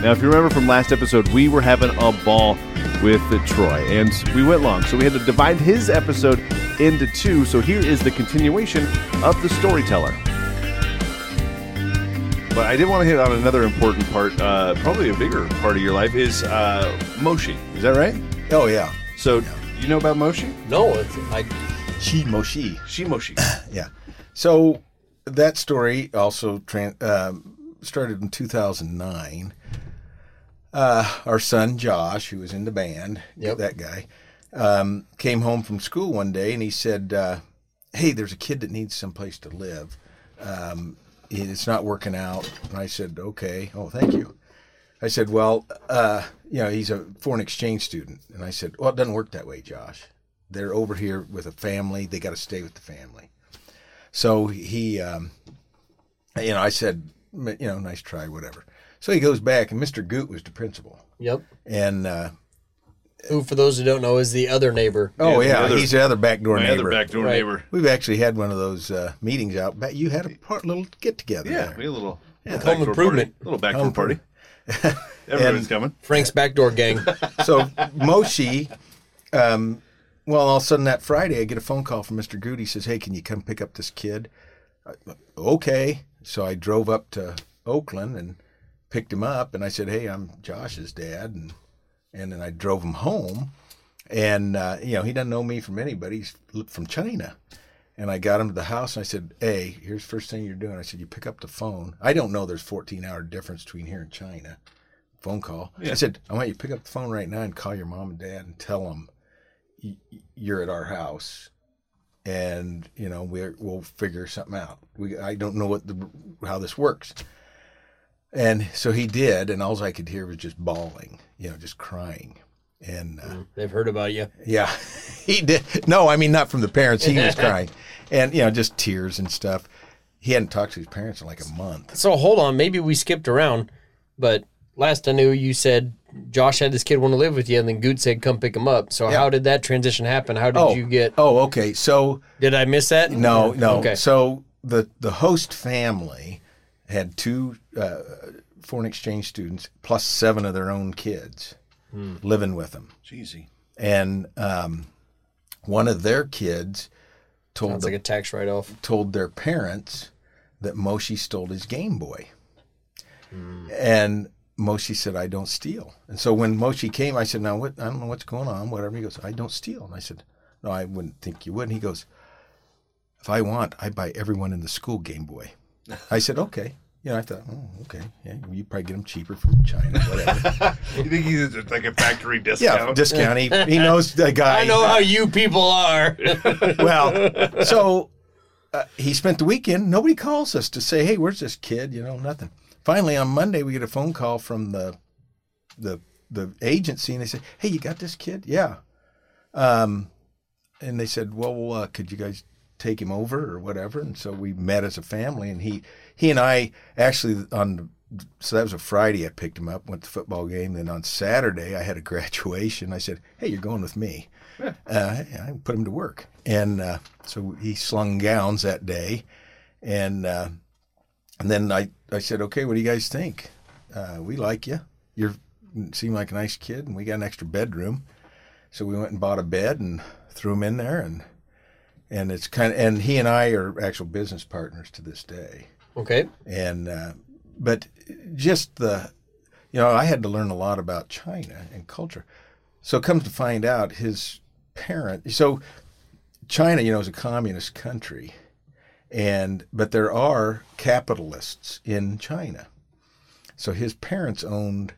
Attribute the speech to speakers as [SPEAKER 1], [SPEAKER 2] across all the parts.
[SPEAKER 1] Now, if you remember from last episode, we were having a ball with the Troy, and we went long, so we had to divide his episode into two. So here is the continuation of the storyteller. But I did want to hit on another important part, uh, probably a bigger part of your life, is uh, Moshi. Is that right?
[SPEAKER 2] Oh yeah,
[SPEAKER 1] So, you know about Moshi?
[SPEAKER 3] No, it's, I,
[SPEAKER 2] she Moshi.
[SPEAKER 1] She Moshi.
[SPEAKER 2] Yeah. So that story also tran- um started in 2009. Uh, our son Josh, who was in the band,
[SPEAKER 3] Yep.
[SPEAKER 2] that guy, um, came home from school one day and he said, uh, "Hey, there's a kid that needs some place to live. Um, it- it's not working out." And I said, "Okay. Oh, thank you." I said, "Well, uh, you know, he's a foreign exchange student," and I said, "Well, it doesn't work that way, Josh. They're over here with a family. They got to stay with the family." So he, um, you know, I said, "M- you know, nice try, whatever. So he goes back, and Mr. Goot was the principal,
[SPEAKER 3] yep.
[SPEAKER 2] and uh,
[SPEAKER 3] Who, for those who don't know, is the other neighbor.
[SPEAKER 2] oh yeah,
[SPEAKER 1] the other-
[SPEAKER 2] he's the other backdoor
[SPEAKER 1] My
[SPEAKER 2] neighbor.
[SPEAKER 1] other backdoor
[SPEAKER 3] Right.
[SPEAKER 1] neighbor.
[SPEAKER 2] We've actually had one of those uh, meetings out. back. You had a part, little get together.
[SPEAKER 1] Yeah, we had a little, little
[SPEAKER 3] Home
[SPEAKER 1] backdoor
[SPEAKER 3] improvement.
[SPEAKER 1] Party. Little backdoor
[SPEAKER 2] Home
[SPEAKER 1] party. Everyone's coming.
[SPEAKER 3] Frank's backdoor gang.
[SPEAKER 2] so Moshi, um, well, all of a sudden that Friday, I get a phone call from Mr. Goody. Says, "Hey, can you come pick up this kid?" I, okay, so I drove up to Oakland and picked him up, and I said, "Hey, I'm Josh's dad," and and then I drove him home, and uh, you know he doesn't know me from anybody. He's from China. And I got him to the house and I said, Hey, here's the first thing you're doing. I said, You pick up the phone. I don't know there's 14 hour difference between here and China phone call. I said, I want you to pick up the phone right now and call your mom and dad and tell them you're at our house, and you know we're, we'll figure something out. We I don't know what the how this works. And so he did, and all I could hear was just bawling, you know, just crying. And uh,
[SPEAKER 3] They've heard about you.
[SPEAKER 2] yeah, he did. No, I mean not from the parents. He was crying, and you know, just tears and stuff. He hadn't talked to his parents in like a month.
[SPEAKER 3] So hold on, maybe we skipped around, but last I knew, you said Josh had this kid want to live with you, and then Goot said, "Come pick him up." So how did that transition happen? How did
[SPEAKER 2] Oh,
[SPEAKER 3] you get?
[SPEAKER 2] Oh, okay. So
[SPEAKER 3] Did I miss that?
[SPEAKER 2] No, no.
[SPEAKER 3] Okay.
[SPEAKER 2] So the the host family had two uh, foreign exchange students plus seven of their own kids
[SPEAKER 3] Hmm.
[SPEAKER 2] living with them,
[SPEAKER 1] Jeezy.
[SPEAKER 2] and um, one of their kids told
[SPEAKER 3] Sounds
[SPEAKER 2] the
[SPEAKER 3] like a tax write-off.
[SPEAKER 2] told their parents that Moshi stole his Game Boy.
[SPEAKER 3] Hmm.
[SPEAKER 2] And Moshi said, I don't steal. And so when Moshi came, I said, Now, what? I don't know what's going on, whatever. He goes, I don't steal. And I said, No, I wouldn't think you would. And he goes, If I want, I buy everyone in the school Game Boy. I said, Okay. You know, I thought, oh, okay, yeah, you probably get them cheaper from China, whatever.
[SPEAKER 1] You think he's just like a factory discount?
[SPEAKER 2] yeah, discount. He, he knows the guy.
[SPEAKER 3] I know how you people are.
[SPEAKER 2] well, so uh, he spent the weekend. Nobody calls us to say, "Hey, where's this kid?" You know, nothing. Finally, on Monday, we get a phone call from the the the agency, and they said, "Hey, you got this kid?" Yeah. Um, and they said, "Well, uh, could you guys take him over or whatever?" And so we met as a family, and he he and I actually on. So that was a Friday. I picked him up, went to the football game. Then on Saturday, I had a graduation. I said, "Hey, you're going with me." uh, I put him to work. And uh, so he slung gowns that day. And uh, and then I, I said, okay, what do you guys think? Uh, we like you. You seem like a nice kid, and we got an extra bedroom. So we went and bought a bed and threw him in there. And and it's kind of, and he and I are actual business partners to this day
[SPEAKER 3] okay.
[SPEAKER 2] and uh, but just the you know i had to learn a lot about china and culture so comes to find out his parent so china you know is a communist country and but there are capitalists in china so his parents owned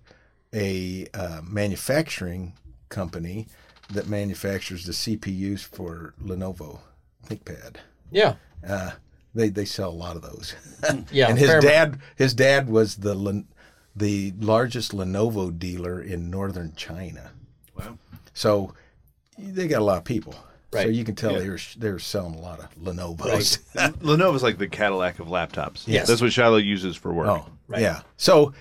[SPEAKER 2] a uh, manufacturing company that manufactures the cpus for lenovo thinkpad
[SPEAKER 3] Yeah.
[SPEAKER 2] uh, they, they sell a lot of those
[SPEAKER 3] Mm, Yeah.
[SPEAKER 2] and his
[SPEAKER 3] fair amount.
[SPEAKER 2] dad, his dad was the Len- the largest Lenovo dealer in northern China.
[SPEAKER 1] Wow.
[SPEAKER 2] So they got a lot of people. So
[SPEAKER 3] Right.
[SPEAKER 2] you can tell they're they're selling a lot of Lenovo's.
[SPEAKER 1] Lenovo's like the Cadillac of laptops.
[SPEAKER 2] Yes.
[SPEAKER 1] That's what Shiloh uses for work.
[SPEAKER 2] Oh, yeah. So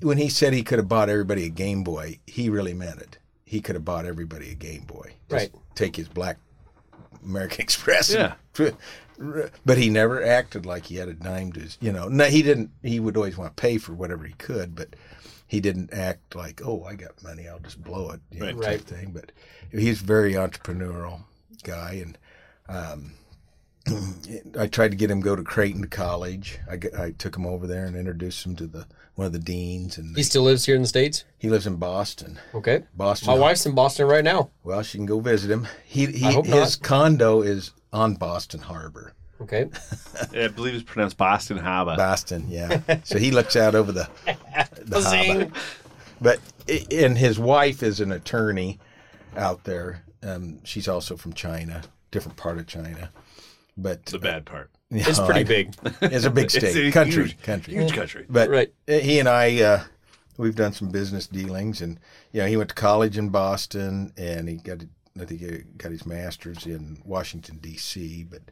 [SPEAKER 2] when he said he could have bought everybody a Game Boy, he really meant it. He could have bought everybody a Game Boy. Just
[SPEAKER 3] Right.
[SPEAKER 2] Take his black American Express.
[SPEAKER 1] Yeah.
[SPEAKER 2] and- But he never acted like he had a dime to his, you know. No, he didn't. He would always want to pay for whatever he could, but he didn't act like, oh, I got money, I'll just blow it, you know,
[SPEAKER 1] Right.
[SPEAKER 2] type
[SPEAKER 3] Right.
[SPEAKER 2] thing. But he's a very entrepreneurial guy, and um, I tried to get him to go to Creighton College. I, g- I took him over there and introduced him to the one of the deans, and
[SPEAKER 3] He still lives here in the states.
[SPEAKER 2] he lives in Boston.
[SPEAKER 3] Okay.
[SPEAKER 2] Boston.
[SPEAKER 3] My wife's in Boston right now.
[SPEAKER 2] Well, she can go visit him. He, he
[SPEAKER 3] I hope
[SPEAKER 2] his condo is on Boston Harbor.
[SPEAKER 3] Okay.
[SPEAKER 1] I believe it's pronounced Boston Harbor.
[SPEAKER 2] Boston, yeah. so he looks out over the the harbor.
[SPEAKER 3] Zing.
[SPEAKER 2] But i- and his wife is an attorney out there. Um, she's also from China, different part of China. But
[SPEAKER 1] the bad part.
[SPEAKER 3] It's pretty big.
[SPEAKER 2] It's a big
[SPEAKER 1] It's
[SPEAKER 2] state,
[SPEAKER 1] a
[SPEAKER 2] country,
[SPEAKER 1] huge-
[SPEAKER 2] country,
[SPEAKER 1] Huge country.
[SPEAKER 2] But
[SPEAKER 3] Right.
[SPEAKER 2] he and I, uh, we've done some business dealings, and you know, he went to college in Boston, and he got, I think, he got his master's in Washington D.C. But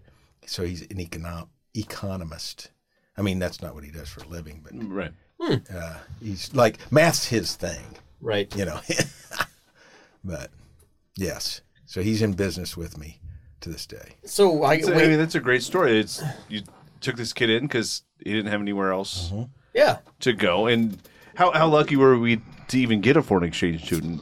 [SPEAKER 2] so he's an econo- economist. I mean, that's not what he does for a living, but
[SPEAKER 1] Right.
[SPEAKER 2] uh, he's like math's his thing,
[SPEAKER 3] Right.
[SPEAKER 2] you know. but yes, so he's in business with me to this day.
[SPEAKER 3] So I
[SPEAKER 1] So, I
[SPEAKER 3] wait,
[SPEAKER 1] mean, that's a great story. It's you took this kid in because he didn't have anywhere else
[SPEAKER 2] Mm-hmm.
[SPEAKER 3] yeah.
[SPEAKER 1] to go, and how how lucky were we to even get a foreign exchange student?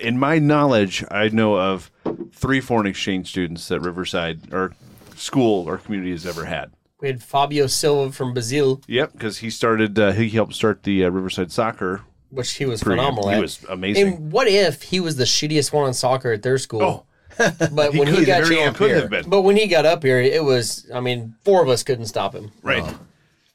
[SPEAKER 1] In my knowledge, I know of three foreign exchange students that Riverside or school or community has ever had.
[SPEAKER 3] We had Fabio Silva from Brazil,
[SPEAKER 1] Yep, because he started. Uh, he helped start the uh, Riverside Soccer.
[SPEAKER 3] which he was
[SPEAKER 1] program.
[SPEAKER 3] phenomenal
[SPEAKER 1] He
[SPEAKER 3] at.
[SPEAKER 1] was amazing.
[SPEAKER 3] And what if he was the shittiest one in soccer at their school?
[SPEAKER 1] Oh.
[SPEAKER 3] but when he
[SPEAKER 1] could-
[SPEAKER 3] got
[SPEAKER 1] very
[SPEAKER 3] here,
[SPEAKER 1] well could have been.
[SPEAKER 3] but when he got up here, it was I mean, four of us couldn't stop him.
[SPEAKER 1] Right.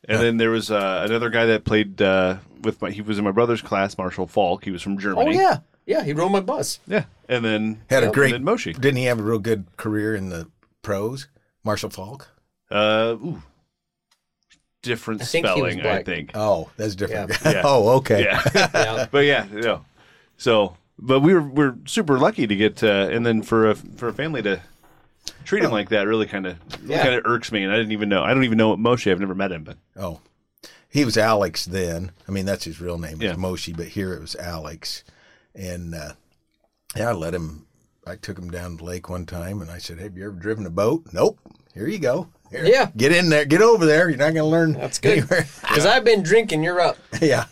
[SPEAKER 1] And then there was uh, another guy that played uh, with my. He was in my brother's class, Marshall Falk. He was from
[SPEAKER 3] Oh
[SPEAKER 1] Germany.
[SPEAKER 3] yeah. Yeah, he rode my bus.
[SPEAKER 1] Yeah. And then
[SPEAKER 2] Had a great
[SPEAKER 1] and then Moshi.
[SPEAKER 2] Didn't he have a real good career in the pros? Marshall Falk.
[SPEAKER 1] Uh, ooh. Different
[SPEAKER 3] I think he was
[SPEAKER 1] spelling, I
[SPEAKER 3] black.
[SPEAKER 1] think.
[SPEAKER 2] Oh, that's different.
[SPEAKER 1] Yeah. Yeah.
[SPEAKER 2] oh, okay.
[SPEAKER 1] Yeah.
[SPEAKER 3] Yeah.
[SPEAKER 1] but yeah, no. So, but we were we're super lucky to get, uh, and then for a for a family to treat him like that really kind of
[SPEAKER 3] Yeah.
[SPEAKER 1] kind of irks me, and I didn't even know. I don't even know what Moshe. I've never met him, but
[SPEAKER 2] Oh, he was Alex then. I mean, that's his real name,
[SPEAKER 1] Yeah.
[SPEAKER 2] is Moshi, but here it was Alex. And uh, yeah, I let him. I took him down to the lake one time, and I said, "Have you ever driven a boat?" Nope. Here you go. Here,
[SPEAKER 3] Yeah.
[SPEAKER 2] Get in there. Get over there. You're not going to learn.
[SPEAKER 3] That's good.
[SPEAKER 2] anywhere."
[SPEAKER 3] Because I've been drinking, you're up.
[SPEAKER 2] yeah.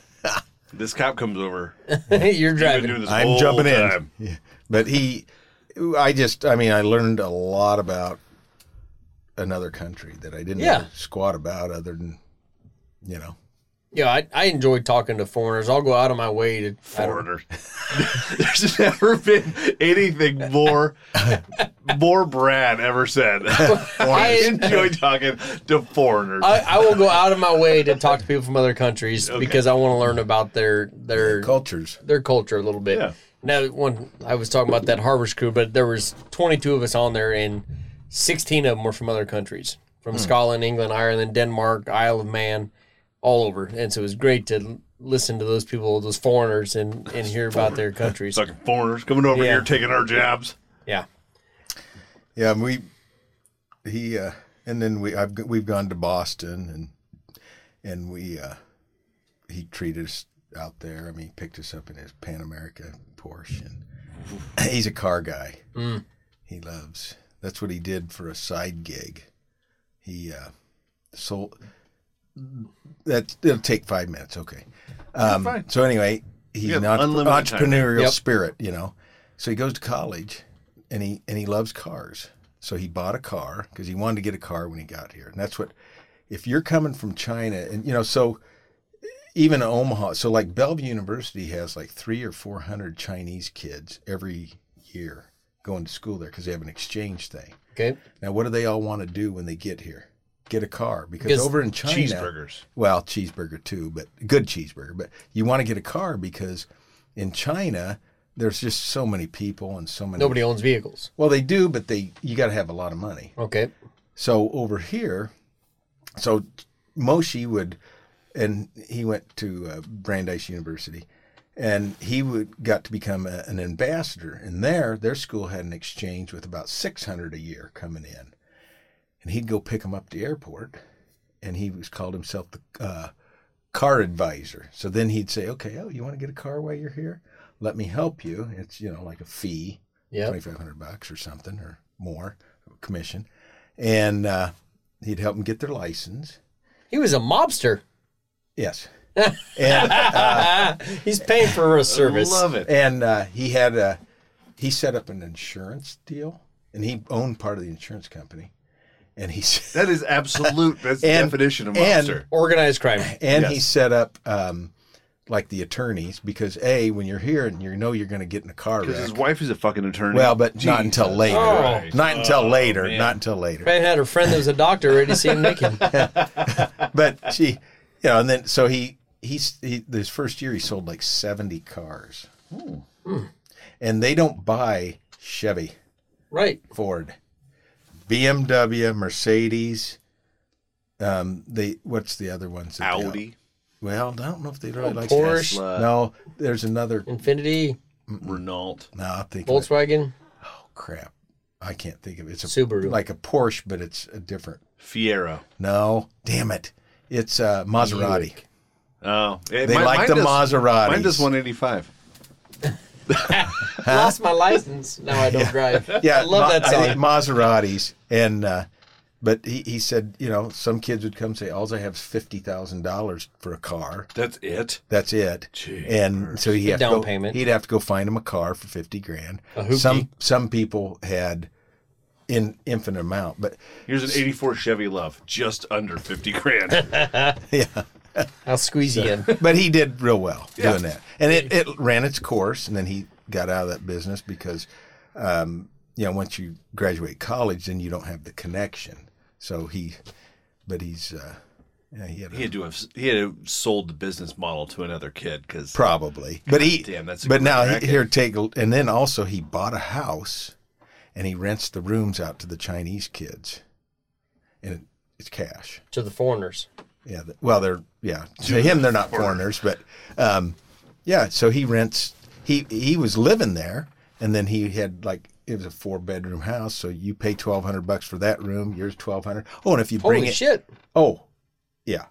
[SPEAKER 1] this cop comes over.
[SPEAKER 3] you're
[SPEAKER 1] He's been
[SPEAKER 3] driving.
[SPEAKER 1] doing this
[SPEAKER 2] I'm
[SPEAKER 1] whole
[SPEAKER 2] jumping
[SPEAKER 1] time.
[SPEAKER 2] in. Yeah. But he, I just, I mean, I learned a lot about another country that I didn't
[SPEAKER 3] Yeah.
[SPEAKER 2] know squat about other than, you know,
[SPEAKER 3] Yeah, I, I enjoy talking to foreigners. I'll go out of my way to I don't-
[SPEAKER 1] foreigner. There's never been anything more more Brad ever said. I enjoy talking to foreigners.
[SPEAKER 3] I, I will go out of my way to talk to people from other countries because I want to learn about their their
[SPEAKER 2] cultures.
[SPEAKER 3] their culture a little bit.
[SPEAKER 1] Yeah.
[SPEAKER 3] Now, when I was talking about that harvest crew, but there was 22 of us on there, and 16 of them were from other countries, from
[SPEAKER 1] Hmm.
[SPEAKER 3] Scotland, England, Ireland, Denmark, Isle of Man, all over. And so it was great to l- listen to those people, those foreigners, and and hear about their countries.
[SPEAKER 1] Fucking foreigners coming over
[SPEAKER 3] Yeah.
[SPEAKER 1] here taking our jobs.
[SPEAKER 3] Yeah.
[SPEAKER 2] Yeah, and we he uh and then we I've g- we've gone to Boston and and we uh he treated us out there. I mean, he picked us up in his Pan America Porsche and he's a car guy. He loves. That's what he did for a side gig. He uh sold that it'll take 5 minutes, okay. Um
[SPEAKER 1] fine.
[SPEAKER 2] so anyway, he's
[SPEAKER 1] have
[SPEAKER 2] an entre-
[SPEAKER 1] unlimited time.
[SPEAKER 2] entrepreneurial
[SPEAKER 3] Yep.
[SPEAKER 2] spirit, you know. So he goes to college, and he and he loves cars. So he bought a car because he wanted to get a car when he got here, and that's what. If you're coming from China, and you know, so even Omaha, so like Bellevue University has like three or four hundred Chinese kids every year going to school there because they have an exchange thing.
[SPEAKER 3] Okay.
[SPEAKER 2] Now, what do they all want to do when they get here? Get a car because,
[SPEAKER 3] Because
[SPEAKER 2] over in China,
[SPEAKER 1] Cheeseburgers.
[SPEAKER 2] well, cheeseburger too, but good cheeseburger. But you want to get a car because in China, there's just so many people and so many.
[SPEAKER 3] Nobody owns vehicles.
[SPEAKER 2] Well, they do, but they you got to have a lot of money.
[SPEAKER 3] Okay.
[SPEAKER 2] So over here, so Moshi would, and he went to uh, Brandeis University, and he would got to become a, an ambassador. And there, their school had an exchange with about six hundred a year coming in, and he'd go pick them up at the airport, and he was called himself the uh, car advisor. So then he'd say, "Okay, oh, you want to get a car while you're here? Let me help you. It's you know like a fee."
[SPEAKER 3] Yeah.
[SPEAKER 2] twenty five hundred bucks or something or more commission, and uh, he'd help them get their license.
[SPEAKER 3] He was a mobster.
[SPEAKER 2] Yes, and
[SPEAKER 3] He's paying for a service.
[SPEAKER 1] Love it.
[SPEAKER 2] and uh, he had a he set up an insurance deal, and he owned part of the insurance company, and he s-
[SPEAKER 1] That is absolute. That's the
[SPEAKER 2] And-
[SPEAKER 1] definition of
[SPEAKER 2] and-
[SPEAKER 1] monster.
[SPEAKER 3] Organized crime.
[SPEAKER 2] and he
[SPEAKER 1] Yes.
[SPEAKER 2] set up um, like the attorneys because a when you're here and you know you're going to get in a car
[SPEAKER 1] Because his
[SPEAKER 2] wreck.
[SPEAKER 1] wife is a fucking attorney.
[SPEAKER 2] Well, but not until later.
[SPEAKER 3] Oh.
[SPEAKER 2] Not until later. Not until later.
[SPEAKER 3] Man had a friend that was a doctor already see him naked.
[SPEAKER 2] but she, you know, and then so he he's he, this first year he sold like seventy cars,
[SPEAKER 1] Hmm.
[SPEAKER 2] and they don't buy Chevy,
[SPEAKER 3] Right.
[SPEAKER 2] Ford, BMW, Mercedes. Um, they what's the other ones? that they
[SPEAKER 1] Audi,
[SPEAKER 2] own? Well, I don't know if they really like
[SPEAKER 3] Oh, Porsche.
[SPEAKER 1] Tesla,
[SPEAKER 2] No, there's another.
[SPEAKER 3] Infinity,
[SPEAKER 1] Renault.
[SPEAKER 2] No, I think of it.
[SPEAKER 3] Volkswagen,
[SPEAKER 2] crap. I can't think of it. It's a
[SPEAKER 3] Subaru.
[SPEAKER 2] like a Porsche, but it's a different.
[SPEAKER 1] Fiero.
[SPEAKER 2] No, damn it, it's a Maserati.
[SPEAKER 3] Buick.
[SPEAKER 1] Oh, it-
[SPEAKER 2] They
[SPEAKER 1] mi-
[SPEAKER 2] like
[SPEAKER 1] mine
[SPEAKER 2] the
[SPEAKER 1] does-
[SPEAKER 2] Maseratis.
[SPEAKER 1] Mine does 185.
[SPEAKER 3] Lost my license. Now I don't drive.
[SPEAKER 2] Yeah,
[SPEAKER 3] I love
[SPEAKER 2] Ma-
[SPEAKER 3] that song.
[SPEAKER 2] I think Maseratis, and uh, but he, he said, you know, some kids would come and say, "Alls I have is fifty thousand dollars for a car.
[SPEAKER 1] That's it.
[SPEAKER 2] That's it." And so he had
[SPEAKER 3] down
[SPEAKER 2] to go,
[SPEAKER 3] payment.
[SPEAKER 2] He'd have to go find him a car for fifty grand.
[SPEAKER 3] hoopty.
[SPEAKER 2] Some some people had in infinite amount, but
[SPEAKER 1] Here's an 84 Chevy Love, just under 50 grand.
[SPEAKER 3] I'll squeeze you in.
[SPEAKER 2] but he did real well
[SPEAKER 1] Yeah.
[SPEAKER 2] doing that, and it, it ran its course, and then he got out of that business because, um, you know, once you graduate college, then you don't have the connection. So he, but he's, uh, yeah, he had a,
[SPEAKER 1] he had to have he had to have sold the business model to another kid because
[SPEAKER 2] probably, but he,
[SPEAKER 1] damn, that's a
[SPEAKER 2] but
[SPEAKER 1] great
[SPEAKER 2] now he,
[SPEAKER 1] racket.
[SPEAKER 2] here take, and then also he bought a house, and he rents the rooms out to the Chinese kids, and it, it's cash.
[SPEAKER 3] to the foreigners.
[SPEAKER 2] Yeah. th- Well, they're yeah. To him, they're not foreigners, but um, yeah. So he rents. He he was living there, and then he had like it was a four bedroom house. So you pay twelve hundred bucks for that room. Yours twelve hundred. Oh, and if you bring
[SPEAKER 3] Holy
[SPEAKER 2] it,
[SPEAKER 3] shit.
[SPEAKER 2] oh, yeah.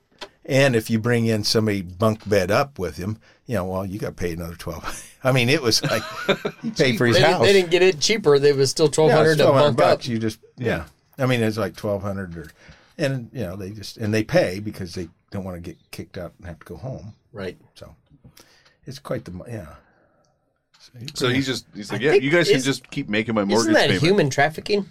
[SPEAKER 2] And if you bring in somebody bunk bed up with him, you know, well, you got to pay another twelve. I mean, it was like he paid for his
[SPEAKER 3] They, didn't-
[SPEAKER 2] house.
[SPEAKER 3] they didn't get it cheaper. They was still twelve
[SPEAKER 2] Yeah, it's
[SPEAKER 3] hundred to bunk
[SPEAKER 2] bucks.
[SPEAKER 3] up.
[SPEAKER 2] You just yeah. I mean, it's like twelve hundred or, and you know they just and they pay because they don't want to get kicked out and have to go home.
[SPEAKER 3] Right.
[SPEAKER 2] So it's quite the mo- yeah.
[SPEAKER 1] So he's just he's like,
[SPEAKER 3] I
[SPEAKER 1] yeah,
[SPEAKER 3] think
[SPEAKER 1] you guys can
[SPEAKER 3] is-
[SPEAKER 1] just keep making my mortgage
[SPEAKER 3] Isn't that
[SPEAKER 1] payment.
[SPEAKER 3] human trafficking?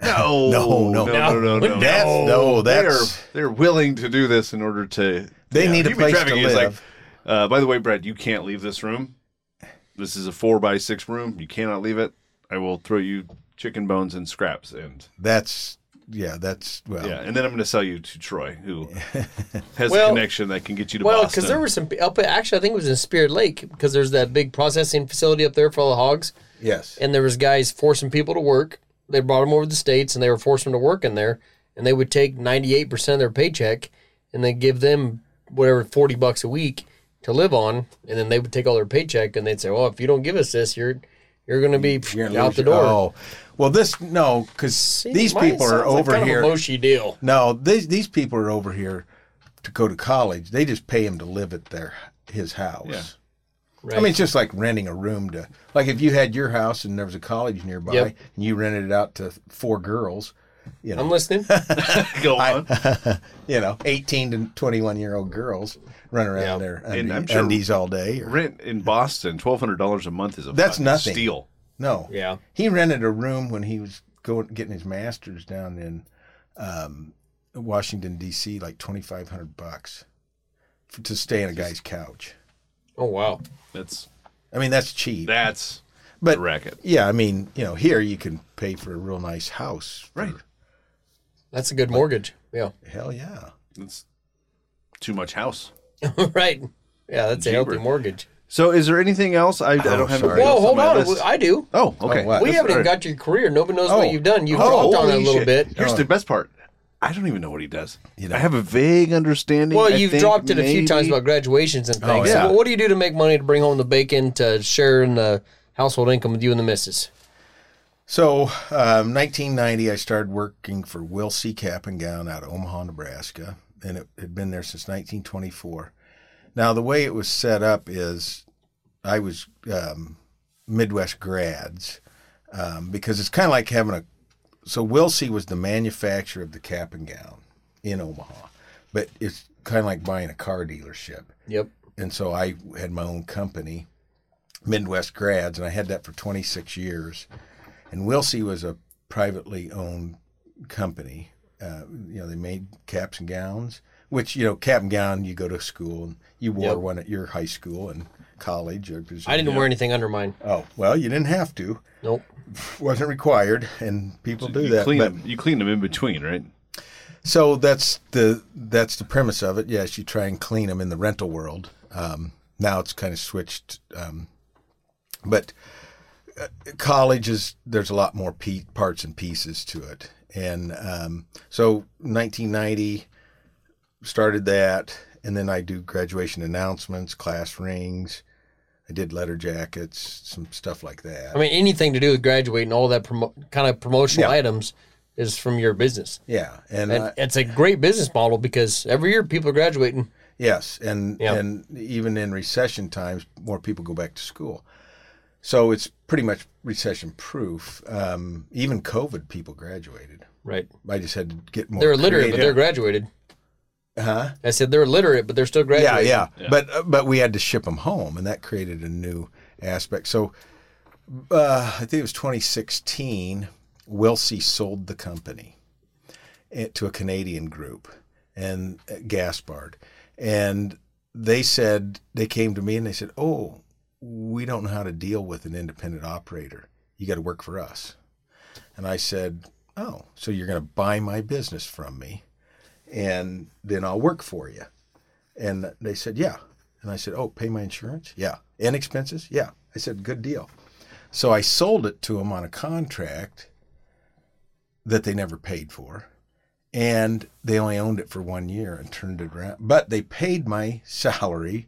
[SPEAKER 1] No,
[SPEAKER 2] No,
[SPEAKER 1] no,
[SPEAKER 2] no.
[SPEAKER 1] no, no. no,
[SPEAKER 2] That's no, that's
[SPEAKER 1] They're they're willing to do this in order to.
[SPEAKER 2] They need a
[SPEAKER 1] human
[SPEAKER 2] place to
[SPEAKER 1] trafficking is like,
[SPEAKER 2] live.
[SPEAKER 1] uh, by the way, Brad, you can't leave this room. This is a four by six room. You cannot leave it. I will throw you chicken bones and scraps and
[SPEAKER 2] that's yeah that's well
[SPEAKER 1] Yeah, and then I'm going to sell you to Troy, who has
[SPEAKER 3] Well-
[SPEAKER 1] a connection that can get you to
[SPEAKER 3] Well,
[SPEAKER 1] Boston.
[SPEAKER 3] because there were some up. Actually, I think it was in Spirit Lake because there's that big processing facility up there for all the hogs,
[SPEAKER 2] yes
[SPEAKER 3] and there was guys forcing people to work. They brought them over to the states, and they were forcing them to work in there, and they would take ninety eight percent of their paycheck, and they give them whatever forty bucks a week to live on, and then they would take all their paycheck, and they'd say, "Well, if you don't give us this, you're you're going to be out the door."
[SPEAKER 2] Oh, well this no because
[SPEAKER 3] See,
[SPEAKER 2] these
[SPEAKER 3] mine
[SPEAKER 2] people are
[SPEAKER 3] sounds like
[SPEAKER 2] over
[SPEAKER 3] kind of a
[SPEAKER 2] here.
[SPEAKER 3] Moshi deal.
[SPEAKER 2] No, these these people are over here to go to college. They just pay him to live at their his house.
[SPEAKER 1] Yeah.
[SPEAKER 3] Right.
[SPEAKER 2] I mean, it's just like renting a room to, like, if you had your house and there was a college nearby
[SPEAKER 3] Yep.
[SPEAKER 2] and you rented it out to four girls, you know,
[SPEAKER 3] I'm listening.
[SPEAKER 1] Go on.
[SPEAKER 2] you know, eighteen to twenty-one year old girls run around there
[SPEAKER 1] And I'm
[SPEAKER 2] undies,
[SPEAKER 1] sure-
[SPEAKER 2] undies all day. Or,
[SPEAKER 1] Rent in Boston, twelve hundred dollars a month is a
[SPEAKER 2] That's
[SPEAKER 1] fucking
[SPEAKER 2] nothing.
[SPEAKER 1] steal.
[SPEAKER 2] no,
[SPEAKER 3] yeah.
[SPEAKER 2] he rented a room when he was going getting his master's down in um, Washington D.C. like twenty-five hundred bucks for, to stay on a guy's couch.
[SPEAKER 3] Oh wow.
[SPEAKER 1] That's
[SPEAKER 2] I mean, that's cheap.
[SPEAKER 1] that's
[SPEAKER 2] but
[SPEAKER 1] the racket.
[SPEAKER 2] yeah, I mean, you know, here you can pay for a real nice house. for-
[SPEAKER 1] Right.
[SPEAKER 3] That's a good mortgage. Yeah.
[SPEAKER 2] Hell yeah.
[SPEAKER 1] That's too much house.
[SPEAKER 3] right. Yeah, that's a healthy
[SPEAKER 1] Jeeper.
[SPEAKER 3] mortgage.
[SPEAKER 1] So, is there anything else? I, I don't have.
[SPEAKER 2] sorry.
[SPEAKER 1] anything
[SPEAKER 3] Whoa,
[SPEAKER 1] else
[SPEAKER 3] hold
[SPEAKER 1] my
[SPEAKER 3] on.
[SPEAKER 1] list.
[SPEAKER 3] I do.
[SPEAKER 1] Oh, okay.
[SPEAKER 2] Oh, wow.
[SPEAKER 3] We
[SPEAKER 1] That's
[SPEAKER 3] haven't
[SPEAKER 1] all
[SPEAKER 3] even
[SPEAKER 1] right.
[SPEAKER 3] got your career. Nobody knows
[SPEAKER 2] Oh.
[SPEAKER 3] what you've done. You've
[SPEAKER 2] Oh,
[SPEAKER 3] talked on it a
[SPEAKER 1] Holy
[SPEAKER 3] little
[SPEAKER 1] shit.
[SPEAKER 3] bit.
[SPEAKER 1] Here's
[SPEAKER 2] Oh.
[SPEAKER 1] the best part. I don't even know what he does. You
[SPEAKER 2] know.
[SPEAKER 1] know, I have a vague understanding.
[SPEAKER 3] Well,
[SPEAKER 1] I
[SPEAKER 3] you've
[SPEAKER 1] think
[SPEAKER 3] dropped it a few
[SPEAKER 1] maybe-
[SPEAKER 3] times about graduations and things.
[SPEAKER 1] yeah.
[SPEAKER 3] So what do you do to make money to bring home the bacon to share in the household income with you and the missus?
[SPEAKER 2] So, um, 1990, I started working for Will C. Cap and Gown out of Omaha, Nebraska, and it had been there since 1924. Now, the way it was set up is I was um, Midwest grads um, because it's kind of like having a. So, Will C. was the manufacturer of the cap and gown in Omaha, but it's kind of like buying a car dealership.
[SPEAKER 3] Yep.
[SPEAKER 2] And so I had my own company, Midwest Grads, and I had that for 26 years. And Wilsey was a privately owned company. Uh, you know, they made caps and gowns, which, you know, cap and gown, you go to school and you wore
[SPEAKER 3] Yep.
[SPEAKER 2] one at your high school and college. I presume.
[SPEAKER 3] I didn't wear anything under mine.
[SPEAKER 2] Oh, well, you didn't have to.
[SPEAKER 3] Nope.
[SPEAKER 2] Wasn't required, and people do
[SPEAKER 1] you
[SPEAKER 2] that.
[SPEAKER 1] Clean
[SPEAKER 2] but-
[SPEAKER 1] them, you clean them in between, right?
[SPEAKER 2] So that's the that's the premise of it. Yes, you try and clean them in the rental world. Um, now it's kind of switched, um, but uh, college is there's a lot more pe- parts and pieces to it. And um, so 1990 started that, and then I do graduation announcements, class rings. I did letter jackets, some stuff like that.
[SPEAKER 3] I mean, anything to do with graduating, all that promo- kind of promotional
[SPEAKER 2] Yeah. Uh,
[SPEAKER 3] items is from your business.
[SPEAKER 2] yeah, and,
[SPEAKER 3] And
[SPEAKER 2] I-
[SPEAKER 3] it's a great business model because every year people are graduating.
[SPEAKER 2] Yes, and
[SPEAKER 3] Yeah.
[SPEAKER 2] and even in recession times, more people go back to school, so it's pretty much recession proof. Um, even COVID, people graduated.
[SPEAKER 3] Right.
[SPEAKER 2] I just had to get more.
[SPEAKER 3] They're illiterate, but they're
[SPEAKER 2] creative.
[SPEAKER 3] graduated.
[SPEAKER 2] huh?
[SPEAKER 3] I said they're illiterate, but they're still
[SPEAKER 2] Yeah,
[SPEAKER 3] graduating.
[SPEAKER 2] yeah, But uh, but we had to ship them home, and that created a new aspect. So uh, I think it was 2016. Wilsey sold the company eh, to a Canadian group and uh, Gaspard, and they said they came to me and they said, "Oh, we don't know how to deal with an independent operator. You got to work for us." And I said, "Oh, so you're going to buy my business from me, and then I'll work for you." And they said, yeah. And I said, oh, pay my insurance? Yeah. And expenses? Yeah. I said, good deal. So I sold it to them on a contract that they never paid for. And they only owned it for one year and turned it around. But they paid my salary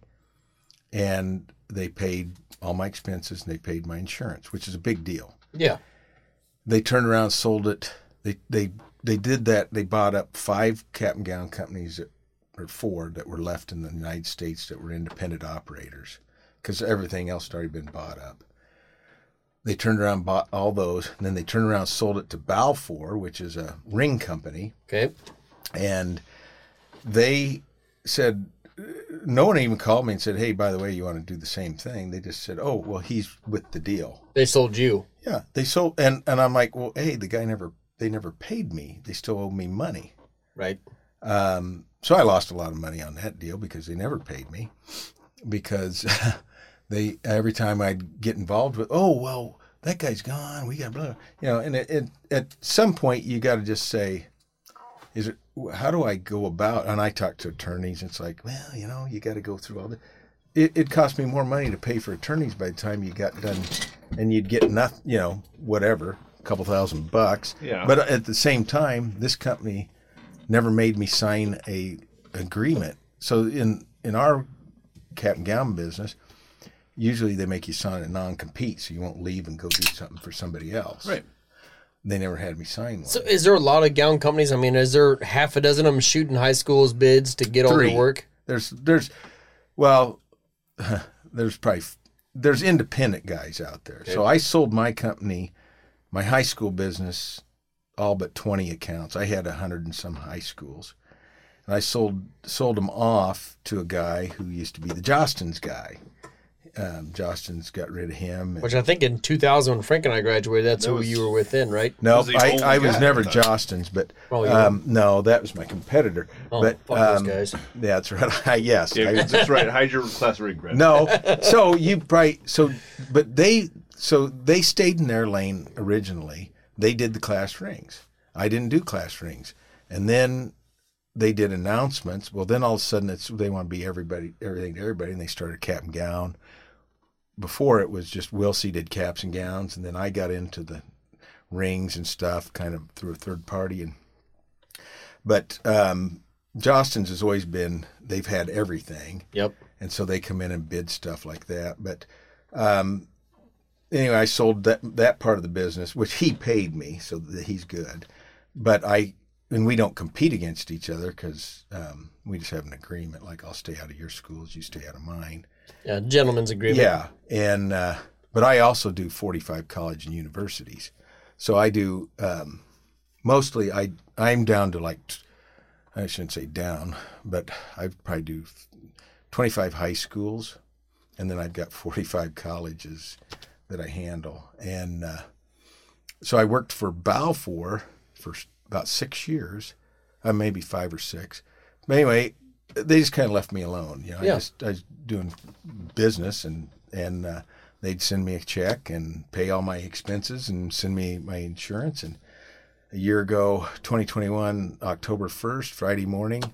[SPEAKER 2] and they paid all my expenses and they paid my insurance, which is a big deal.
[SPEAKER 3] Yeah.
[SPEAKER 2] They turned around, sold it. They, they, they did that. They bought up five cap and gown companies that or four that were left in the United States that were independent operators because everything else had already been bought up. They turned around, and bought all those, and then they turned around, and sold it to Balfour, which is a ring company,
[SPEAKER 3] Okay.
[SPEAKER 2] and they said no one even called me and said, "Hey, by the way, you want to do the same thing?" They just said, "Oh, well, he's with the deal."
[SPEAKER 3] They sold you.
[SPEAKER 2] Yeah, they sold, and and I'm like, "Well, hey, the guy never they never paid me. They still owe me money."
[SPEAKER 3] Right.
[SPEAKER 2] Um, so I lost a lot of money on that deal because they never paid me because they every time I'd get involved with oh well that guy's gone we got blah you know and it, it, at some point you got to just say is it how do I go about and I talk to attorneys it's like well you know you got to go through all the it, it cost me more money to pay for attorneys by the time you got done and you'd get nothing you know whatever a couple thousand bucks
[SPEAKER 1] Yeah.
[SPEAKER 2] but at the same time this company never made me sign a agreement. So in in our cap and gown business, usually they make you sign a non compete, so you won't leave and go do something for somebody else. They never had me sign one.
[SPEAKER 3] So is there a lot of gown companies? I mean, is there half a dozen of them shooting high schools bids to get all
[SPEAKER 2] Three.
[SPEAKER 3] the work?
[SPEAKER 2] there's there's well there's probably f- there's independent guys out there. So I sold my company, my high school business, all but 20 accounts. I had a hundred and some high schools, and I sold sold them off to a guy who used to be the Jostins guy. Um, Jostins got rid of him. and-
[SPEAKER 3] Which I think in 2000, when Frank and I graduated, that's
[SPEAKER 1] That
[SPEAKER 3] who
[SPEAKER 1] was-
[SPEAKER 3] you were with then, right?
[SPEAKER 2] No,
[SPEAKER 1] was the
[SPEAKER 2] I,
[SPEAKER 1] only
[SPEAKER 2] I was
[SPEAKER 1] guy
[SPEAKER 2] never
[SPEAKER 1] at the time.
[SPEAKER 2] Jostins, but
[SPEAKER 3] Oh, you were.
[SPEAKER 2] um, no, that was my competitor.
[SPEAKER 3] Oh,
[SPEAKER 2] but
[SPEAKER 3] fuck those
[SPEAKER 2] um,
[SPEAKER 3] guys.
[SPEAKER 2] Yeah, that's right. I, yes, I
[SPEAKER 1] Yeah,
[SPEAKER 2] was
[SPEAKER 1] that's right. Hide your class ring, Brad.
[SPEAKER 2] No. So you probably so, but they so they stayed in their lane originally. They did the class rings. I didn't do class rings, and then they did announcements. Well, then all of a sudden it's they want to be everybody, everything to everybody, and they started cap and gown. Before it was just Wilsey did caps and gowns, and then I got into the rings and stuff, kind of through a third party, and but um, Jostins has always been they've had everything,
[SPEAKER 3] Yep.
[SPEAKER 2] and so they come in and bid stuff like that. But um, anyway, I sold that that part of the business, which he paid me, so that he's good. But I and we don't compete against each other because um, we just have an agreement. Like I'll stay out of your schools, you stay out of mine.
[SPEAKER 3] Yeah. Gentleman's agreement.
[SPEAKER 2] Yeah, and uh, but I also do forty five college and universities, so I do um, mostly. I I'm down to like. t- I shouldn't say down, but I probably do 25 high schools, and then I've got 45 colleges that I handle. And uh, so I worked for Balfour for s- about six years, uh, maybe five or six. But anyway, they just kind of left me alone. You know, I
[SPEAKER 3] Yeah.
[SPEAKER 2] just I was doing business, and and uh, they'd send me a check and pay all my expenses and send me my insurance. And a year ago, 2021, October 1st, Friday morning,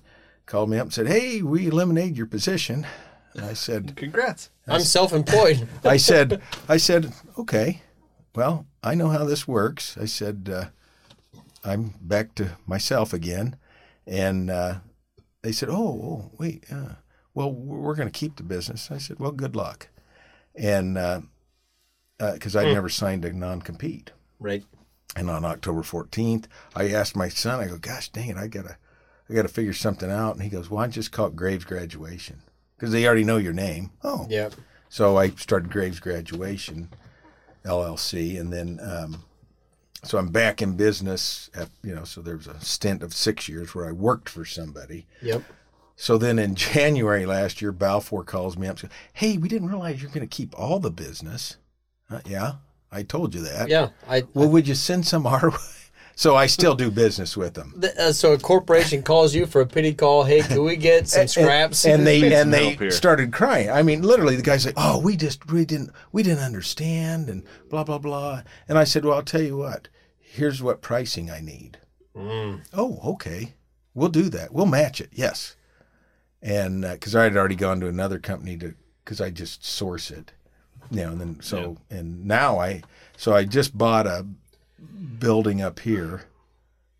[SPEAKER 2] called me up and said, "Hey, we eliminated your position." And I said,
[SPEAKER 1] Congrats.
[SPEAKER 3] I'm self-employed.
[SPEAKER 2] I said, I said, okay, well, I know how this works. I said, uh, I'm back to myself again, and uh, they said, oh, oh wait, uh, well, we're going to keep the business. I said, well, good luck, and because I'd never signed a non-compete.
[SPEAKER 3] right.
[SPEAKER 2] And on October 14th, I asked my son, I go, gosh, dang it, I gotta, I gotta figure something out. And he goes, well, I just call it Graves graduation because they already know your name. Oh,
[SPEAKER 3] Yeah.
[SPEAKER 2] so I started Graves Graduation LLC, and then um, so I'm back in business. At, you know, so there was a stint of six years where I worked for somebody.
[SPEAKER 3] Yep.
[SPEAKER 2] So then in January last year, Balfour calls me up, and says, "Hey, we didn't realize you're going to keep all the business." Uh, yeah, I told you that.
[SPEAKER 3] Yeah. I.
[SPEAKER 2] Well, would you send some our way? So I still do business with them.
[SPEAKER 3] th- uh, so a corporation calls you for a pity call. Hey, can we get some scraps?
[SPEAKER 2] and they
[SPEAKER 1] some
[SPEAKER 2] and they
[SPEAKER 1] help here.
[SPEAKER 2] started crying. I mean, literally, the guy's like, "Oh, we just we didn't we didn't understand," and blah blah blah. And I said, "Well, I'll tell you what. Here's what pricing I need." Oh, okay, we'll do that. We'll match it. Yes, and because I had already gone to another company to because I just source it, you know. And then so and now I so I just bought a building up here,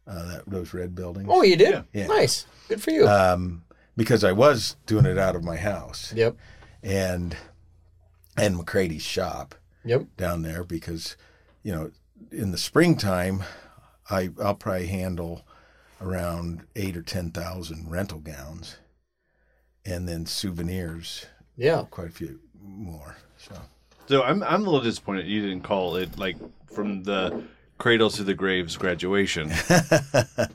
[SPEAKER 2] uh, that those red buildings
[SPEAKER 3] oh, you did.
[SPEAKER 2] Yeah.
[SPEAKER 3] Nice. Good for you.
[SPEAKER 2] um, because I was doing it out of my house
[SPEAKER 3] yep.
[SPEAKER 2] and and McCrady's shop
[SPEAKER 3] Yep.
[SPEAKER 2] down there because you know in the springtime I I'll probably handle around eight or ten thousand rental gowns and then souvenirs
[SPEAKER 3] Yeah.
[SPEAKER 2] quite a few more so
[SPEAKER 1] So I'm I'm a little disappointed you didn't call it like from the cradle to the graves graduation.
[SPEAKER 2] oh, that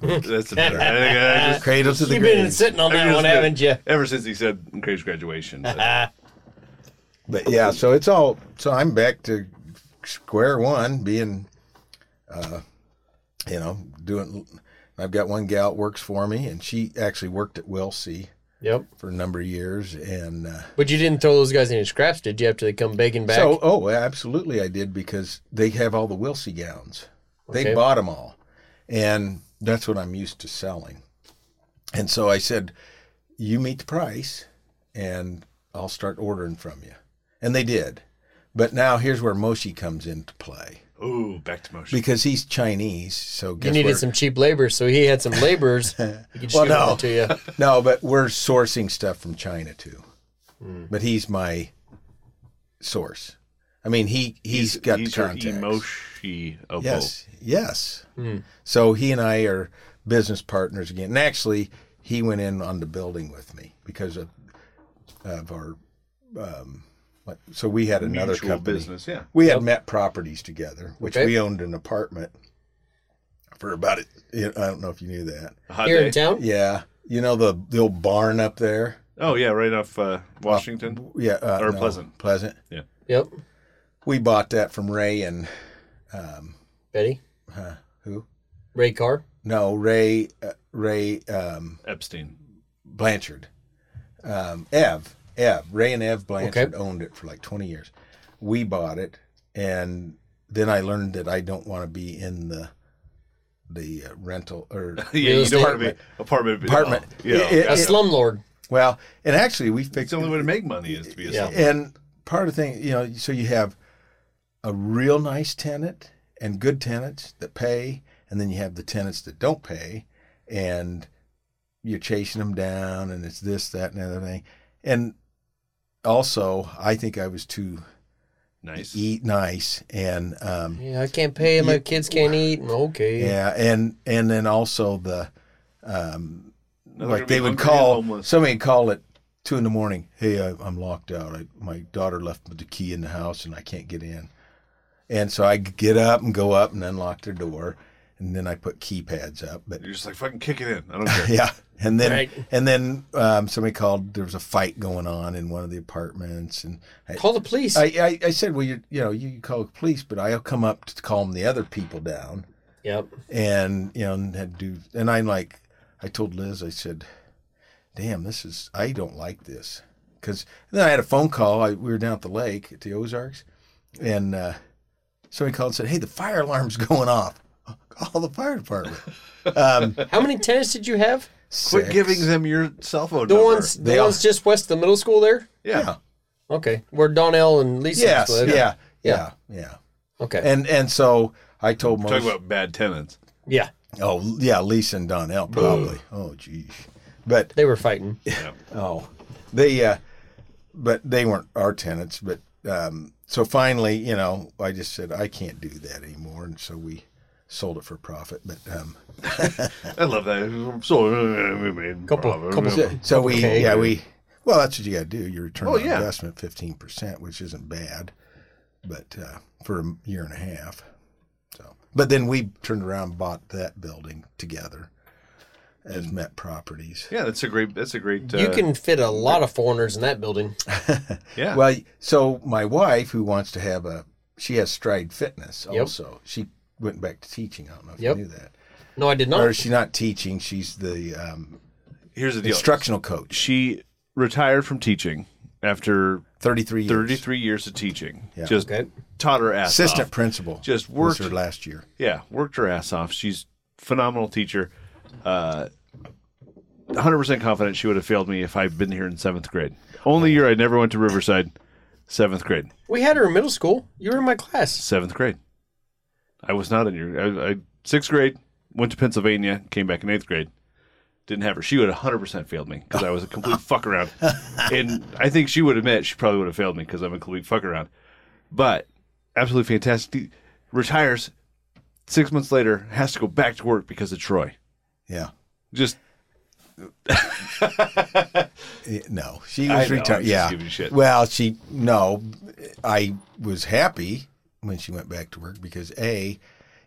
[SPEAKER 2] work
[SPEAKER 1] That's a better. I think I just,
[SPEAKER 2] cradle to the
[SPEAKER 3] You've been
[SPEAKER 2] grave
[SPEAKER 3] sitting on
[SPEAKER 1] I
[SPEAKER 3] that
[SPEAKER 1] just-
[SPEAKER 3] one, haven't you?
[SPEAKER 1] Ever since he said graves graduation, but
[SPEAKER 2] but yeah so it's all so I'm back to square one being uh, you know, doing. I've got one gal that works for me, and she actually worked at Wilsey
[SPEAKER 3] Yep.
[SPEAKER 2] for a number of years. And uh,
[SPEAKER 3] But you didn't throw those guys any scraps, did you? After they come begging back.
[SPEAKER 2] so, oh, absolutely, I did because they have all the Wilsey gowns. They
[SPEAKER 3] Okay.
[SPEAKER 2] bought them all, and that's what I'm used to selling. And so I said, "You meet the price, and I'll start ordering from you." And they did. But now here's where Moshi comes into play
[SPEAKER 1] ooh, back to motion.
[SPEAKER 2] because he's Chinese. So guess
[SPEAKER 3] you needed
[SPEAKER 2] where-
[SPEAKER 3] some cheap labor, so he had some laborers. he could just
[SPEAKER 2] Well,
[SPEAKER 3] give them
[SPEAKER 2] no.
[SPEAKER 3] to you.
[SPEAKER 2] No, but we're sourcing stuff from China too.
[SPEAKER 1] Hmm.
[SPEAKER 2] But he's my source. I mean, he he's got
[SPEAKER 1] he's
[SPEAKER 2] the
[SPEAKER 1] your
[SPEAKER 2] contacts.
[SPEAKER 1] emoshi opo.
[SPEAKER 2] Yes, yes.
[SPEAKER 1] Hmm.
[SPEAKER 2] So he and I are business partners again. And actually, he went in on the building with me because of of our. Um, what- so we had another
[SPEAKER 1] Mutual
[SPEAKER 2] company.
[SPEAKER 1] business. Yeah.
[SPEAKER 2] We had met properties together, which
[SPEAKER 3] Okay.
[SPEAKER 2] we owned an apartment for about it. I don't know if you knew that.
[SPEAKER 1] A hot
[SPEAKER 3] Here in
[SPEAKER 1] day.
[SPEAKER 3] town.
[SPEAKER 2] Yeah, you know the the old barn up there.
[SPEAKER 1] Oh yeah, right off uh, Washington.
[SPEAKER 2] Yeah, uh,
[SPEAKER 1] Or Pleasant.
[SPEAKER 2] Pleasant.
[SPEAKER 3] Yep.
[SPEAKER 2] We bought that from Ray and
[SPEAKER 3] Betty.
[SPEAKER 2] uh, who?
[SPEAKER 3] Ray Carr.
[SPEAKER 2] No, Ray uh, Ray um,
[SPEAKER 1] Epstein.
[SPEAKER 2] Blanchard. Um, Ev Ev Ray and Ev Blanchard owned it for like twenty years. We bought it, and then I learned that I don't want to be in the the uh, rental or
[SPEAKER 1] Yeah, you
[SPEAKER 3] estate.
[SPEAKER 1] don't want to be apartment.
[SPEAKER 2] apartment.
[SPEAKER 1] Oh, Yeah.
[SPEAKER 2] It- it-
[SPEAKER 3] A
[SPEAKER 2] it-
[SPEAKER 3] slumlord.
[SPEAKER 2] well, and actually we
[SPEAKER 1] it's
[SPEAKER 2] fixed
[SPEAKER 1] the only way to make money is to be a
[SPEAKER 3] Yeah.
[SPEAKER 1] yeah.
[SPEAKER 2] And part of the thing, you know, so you have a real nice tenant and good tenants that pay, and then you have the tenants that don't pay, and you're chasing them down, and it's this, that, and the other thing. And also, I think I was too
[SPEAKER 1] nice.
[SPEAKER 2] eat nice, and um,
[SPEAKER 3] Yeah, I can't pay, and my kids can't eat. and Okay.
[SPEAKER 2] yeah, and and then also the um,
[SPEAKER 1] Now they're gonna
[SPEAKER 2] like they
[SPEAKER 1] be
[SPEAKER 2] would
[SPEAKER 1] hungry and
[SPEAKER 2] call
[SPEAKER 1] homeless.
[SPEAKER 2] somebody would call at two in the morning. Hey, I, I'm locked out. I, my daughter left the key in the house and I can't get in. And so I get up and go up and unlock their door, and then I put keypads up. But
[SPEAKER 1] You're just like fucking kick it in. I don't care.
[SPEAKER 2] yeah, and then
[SPEAKER 3] Right.
[SPEAKER 2] and then um, somebody called. There was a fight going on in one of the apartments, and I,
[SPEAKER 3] Call the police.
[SPEAKER 2] I, I, I said, well, you you know, you can call the police, but I'll come up to calm the other people down.
[SPEAKER 3] yep.
[SPEAKER 2] and you know and had to do and i'm like i told liz i said damn this is i don't like this because then i had a phone call I, we were down at the lake at the ozarks and uh, somebody called and said hey the fire alarm's going off call the fire department um,
[SPEAKER 3] How many tenants did you have?
[SPEAKER 1] Quit
[SPEAKER 2] six.
[SPEAKER 1] giving them your cell phone
[SPEAKER 3] The
[SPEAKER 1] number.
[SPEAKER 3] ones, the
[SPEAKER 2] They all-
[SPEAKER 3] ones just west of the middle school there.
[SPEAKER 1] yeah.
[SPEAKER 2] yeah
[SPEAKER 3] Okay, where Donnell and Lisa
[SPEAKER 2] yes
[SPEAKER 3] live.
[SPEAKER 2] yeah yeah
[SPEAKER 3] Yeah.
[SPEAKER 2] yeah
[SPEAKER 3] Okay.
[SPEAKER 2] and and so i told
[SPEAKER 1] Talk
[SPEAKER 2] most
[SPEAKER 1] about bad tenants.
[SPEAKER 3] yeah,
[SPEAKER 2] oh yeah lisa and donnell probably oh geez but
[SPEAKER 3] they were fighting.
[SPEAKER 2] Oh, they, uh, but they weren't our tenants. But um, so finally, you know, I just said I can't do that anymore, and so we sold it for profit. But um,
[SPEAKER 1] I love that. So
[SPEAKER 3] Couple- couple-
[SPEAKER 2] so, so we,
[SPEAKER 3] Okay.
[SPEAKER 2] yeah, we. Well, that's what you got to do. Your return
[SPEAKER 1] Oh,
[SPEAKER 2] on
[SPEAKER 1] yeah.
[SPEAKER 2] investment fifteen percent, which isn't bad, but uh, for a year and a half. So, but then we turned around, and bought that building together as Met Properties.
[SPEAKER 1] Yeah, that's a great. That's a great. Uh,
[SPEAKER 3] You can fit a lot of foreigners in that building.
[SPEAKER 1] Yeah.
[SPEAKER 2] Well, so my wife, who wants to have a, she has Stride Fitness
[SPEAKER 3] Yep.
[SPEAKER 2] also. She went back to teaching. I don't know if
[SPEAKER 3] Yep.
[SPEAKER 2] you knew that.
[SPEAKER 3] No, I did
[SPEAKER 2] Or
[SPEAKER 3] not.
[SPEAKER 2] she's not teaching. She's the um,
[SPEAKER 1] Here's the deal.
[SPEAKER 2] instructional coach.
[SPEAKER 1] she retired from teaching after
[SPEAKER 2] Thirty-three. Years.
[SPEAKER 1] 33 years of teaching.
[SPEAKER 2] Yeah.
[SPEAKER 1] Just
[SPEAKER 3] Okay.
[SPEAKER 1] taught her ass
[SPEAKER 2] Assistant
[SPEAKER 1] off.
[SPEAKER 2] principal.
[SPEAKER 1] Just
[SPEAKER 2] was
[SPEAKER 1] worked.
[SPEAKER 2] her last year.
[SPEAKER 1] Yeah, worked her ass off. She's phenomenal teacher. Uh, 100% confident she would have failed me if I'd been here in seventh grade. Only year I never went to Riverside, seventh grade.
[SPEAKER 3] We had her in middle school. You were in my class.
[SPEAKER 1] Seventh grade. I was not in your. I, I, sixth grade, went to Pennsylvania, came back in eighth grade. Didn't have her. She would have 100% failed me because I was a complete fuck around. And I think she would admit she probably would have failed me because I'm a complete fuck around. But absolutely fantastic. Retires six months later, has to go back to work because of Troy.
[SPEAKER 2] Yeah.
[SPEAKER 1] Just,
[SPEAKER 2] Eh, No, she
[SPEAKER 1] I
[SPEAKER 2] was
[SPEAKER 1] know, I'm
[SPEAKER 2] retired.
[SPEAKER 1] just
[SPEAKER 2] Yeah.
[SPEAKER 1] giving you shit.
[SPEAKER 2] Well, she no. I was happy when she went back to work because a,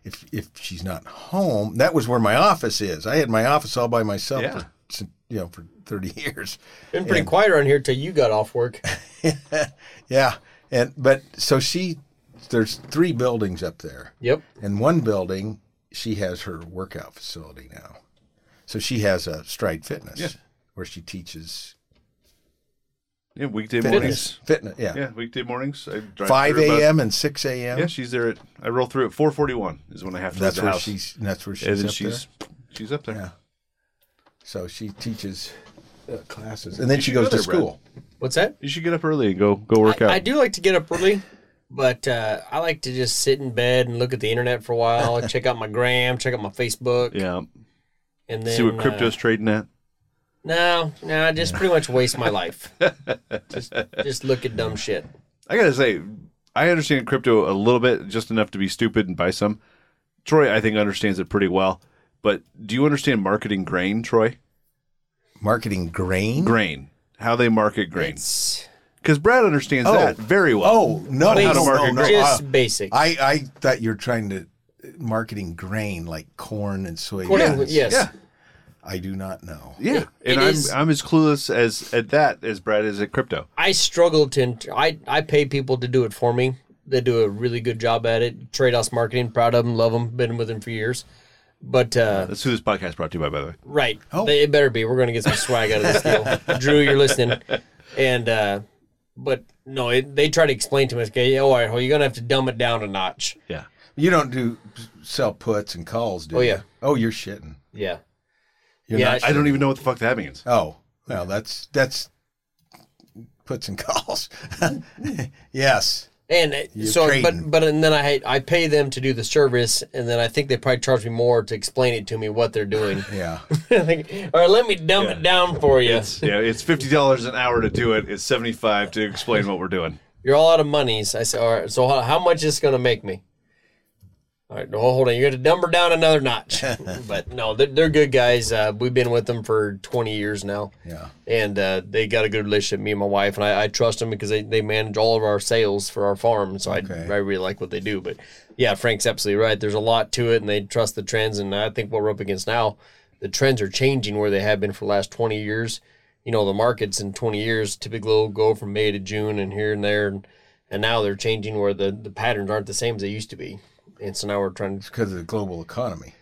[SPEAKER 2] if if she's not home, that was where my office is. I had my office all by myself.
[SPEAKER 1] Yeah.
[SPEAKER 2] For, you know, for thirty years.
[SPEAKER 3] Been pretty quiet around here till you got off work.
[SPEAKER 2] Yeah, and but so she, there's three buildings up there.
[SPEAKER 3] Yep.
[SPEAKER 2] In one building, she has her workout facility now. So she has a Stride Fitness
[SPEAKER 1] Yeah.
[SPEAKER 2] where she teaches
[SPEAKER 1] yeah, weekday
[SPEAKER 2] fitness.
[SPEAKER 1] mornings.
[SPEAKER 2] Fitness, yeah.
[SPEAKER 1] Yeah, weekday mornings. I drive
[SPEAKER 2] Five
[SPEAKER 1] through about-
[SPEAKER 2] a.m. and six a.m.
[SPEAKER 1] Yeah, she's there at. I roll through at 4:41 is when I have to
[SPEAKER 2] That's
[SPEAKER 1] leave the
[SPEAKER 2] where
[SPEAKER 1] house.
[SPEAKER 2] she's. That's where she's.
[SPEAKER 1] and then
[SPEAKER 2] up
[SPEAKER 1] she's
[SPEAKER 2] there.
[SPEAKER 1] she's up there.
[SPEAKER 2] Yeah. So she teaches uh, classes, and then she goes
[SPEAKER 1] go
[SPEAKER 2] to
[SPEAKER 1] there, Brad.
[SPEAKER 2] school.
[SPEAKER 3] What's that?
[SPEAKER 1] You should get up early and go go work out.
[SPEAKER 3] I, I do like to get up early, but uh, I like to just sit in bed and look at the internet for a while, check out my gram, check out my Facebook,
[SPEAKER 1] Yeah.
[SPEAKER 3] and then
[SPEAKER 1] See what
[SPEAKER 3] uh,
[SPEAKER 1] crypto's trading at.
[SPEAKER 3] no, no, I just pretty much waste my life. just, just look at dumb shit.
[SPEAKER 1] I gotta say, I understand crypto a little bit, just enough to be stupid and buy some. Troy, I think, understands it pretty well. But do you understand marketing grain, Troy?
[SPEAKER 2] Marketing grain.
[SPEAKER 1] Grain. How they market grain.
[SPEAKER 3] It's
[SPEAKER 1] Because Brad understands
[SPEAKER 2] Oh.
[SPEAKER 1] that very well.
[SPEAKER 2] Oh no!
[SPEAKER 1] How
[SPEAKER 3] basic,
[SPEAKER 1] to
[SPEAKER 2] no,
[SPEAKER 1] market
[SPEAKER 2] no, no.
[SPEAKER 3] just
[SPEAKER 2] Uh,
[SPEAKER 3] basic.
[SPEAKER 2] I I thought you were trying to uh, marketing grain like corn and soybeans.
[SPEAKER 3] Corn and- yes.
[SPEAKER 1] Yeah.
[SPEAKER 2] I do not know.
[SPEAKER 1] Yeah.
[SPEAKER 3] It-
[SPEAKER 1] and
[SPEAKER 3] it
[SPEAKER 1] I'm
[SPEAKER 3] is-
[SPEAKER 1] I'm as clueless as at that as Brad is at crypto.
[SPEAKER 3] I struggle to. int- I I pay people to do it for me. They do a really good job at it. Trade Us Marketing, proud of them, love them, been with them for years. But uh,
[SPEAKER 1] That's who this podcast is brought to you by, by the way.
[SPEAKER 3] Right.
[SPEAKER 2] Oh.
[SPEAKER 3] They- It better be. We're going to get some swag out of this deal. Drew, you're listening. And, uh, but no, it, they try to explain to us, okay, oh, all right, well, you're going to have to dumb it down a notch.
[SPEAKER 1] Yeah.
[SPEAKER 2] You don't do sell puts and calls, do
[SPEAKER 3] Oh,
[SPEAKER 2] you?
[SPEAKER 3] yeah.
[SPEAKER 2] Oh, you're shitting.
[SPEAKER 3] Yeah.
[SPEAKER 2] You're
[SPEAKER 3] yeah.
[SPEAKER 2] not
[SPEAKER 1] I don't even know what the fuck that means.
[SPEAKER 2] Oh, well, that's that's puts and calls. yes.
[SPEAKER 3] and it-
[SPEAKER 2] You're
[SPEAKER 3] so,
[SPEAKER 2] trading.
[SPEAKER 3] but, but, and then I, I pay them to do the service. And then I think they probably charge me more to explain it to me what they're doing.
[SPEAKER 2] Yeah.
[SPEAKER 3] I think, all right, let me dumb it down for you.
[SPEAKER 1] yeah, it's fifty dollars an hour to do it. It's seventy five to explain what we're doing.
[SPEAKER 3] You're all out of monies. I said, all right, so how, how much is this going to make me? All right, no, hold on. You got to dumb her down another notch. but no, they're, they're good guys. Uh, we've been with them for 20 years now,
[SPEAKER 2] Yeah.
[SPEAKER 3] and uh, they got a good relationship, me and my wife. And I, I trust them because they, they manage all of our sales for our farm. So
[SPEAKER 2] Okay.
[SPEAKER 3] I, I really like what they do. But yeah, Frank's absolutely right. There's a lot to it, and they trust the trends. And I think what we're up against now, the trends are changing where they have been for the last 20 years. You know, the markets in 20 years typically will go from May to June and here and there. And, and now they're changing where the, the patterns aren't the same as they used to be. And so now we're trying to
[SPEAKER 2] Because of the global economy.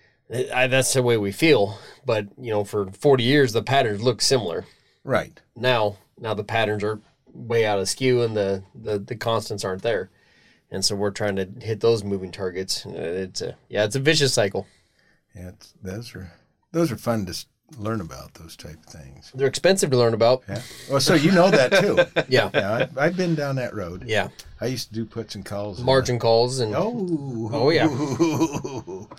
[SPEAKER 3] I, that's the way we feel. But you know, for forty years, the patterns look similar.
[SPEAKER 2] Right.
[SPEAKER 3] Now, now the patterns are way out of skew, and the the, the constants aren't there. And so we're trying to hit those moving targets. Uh, It's a yeah, it's a vicious cycle.
[SPEAKER 2] Yeah. It's, those are those are fun to s- learn about. Those type of things.
[SPEAKER 3] They're expensive to learn about.
[SPEAKER 2] Yeah. Well, so you know that too.
[SPEAKER 3] Yeah, yeah,
[SPEAKER 2] Yeah, I, I've been down that road. I used to do puts and calls. and-
[SPEAKER 3] margin calls and
[SPEAKER 2] Oh.
[SPEAKER 3] Oh,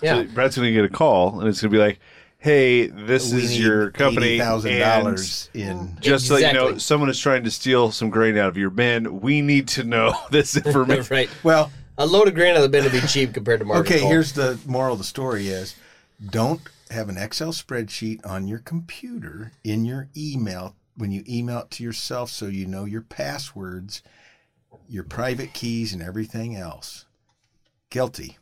[SPEAKER 3] yeah. yeah,
[SPEAKER 1] Brett's gonna get a call, and it's gonna be like, "Hey, this
[SPEAKER 2] We
[SPEAKER 1] is
[SPEAKER 2] need
[SPEAKER 1] your company,
[SPEAKER 2] thousand dollars in.
[SPEAKER 1] and Just so you know,
[SPEAKER 3] Exactly.
[SPEAKER 1] someone is trying to steal some grain out of your bin. We need to know this information.
[SPEAKER 3] right.
[SPEAKER 2] Well,
[SPEAKER 3] A load of grain out of the bin would be cheap compared to margin.
[SPEAKER 2] okay.
[SPEAKER 3] call.
[SPEAKER 2] Here's the moral of the story: is don't have an Excel spreadsheet on your computer in your email when you email it to yourself, so you know your passwords, your private keys, and everything else. Guilty.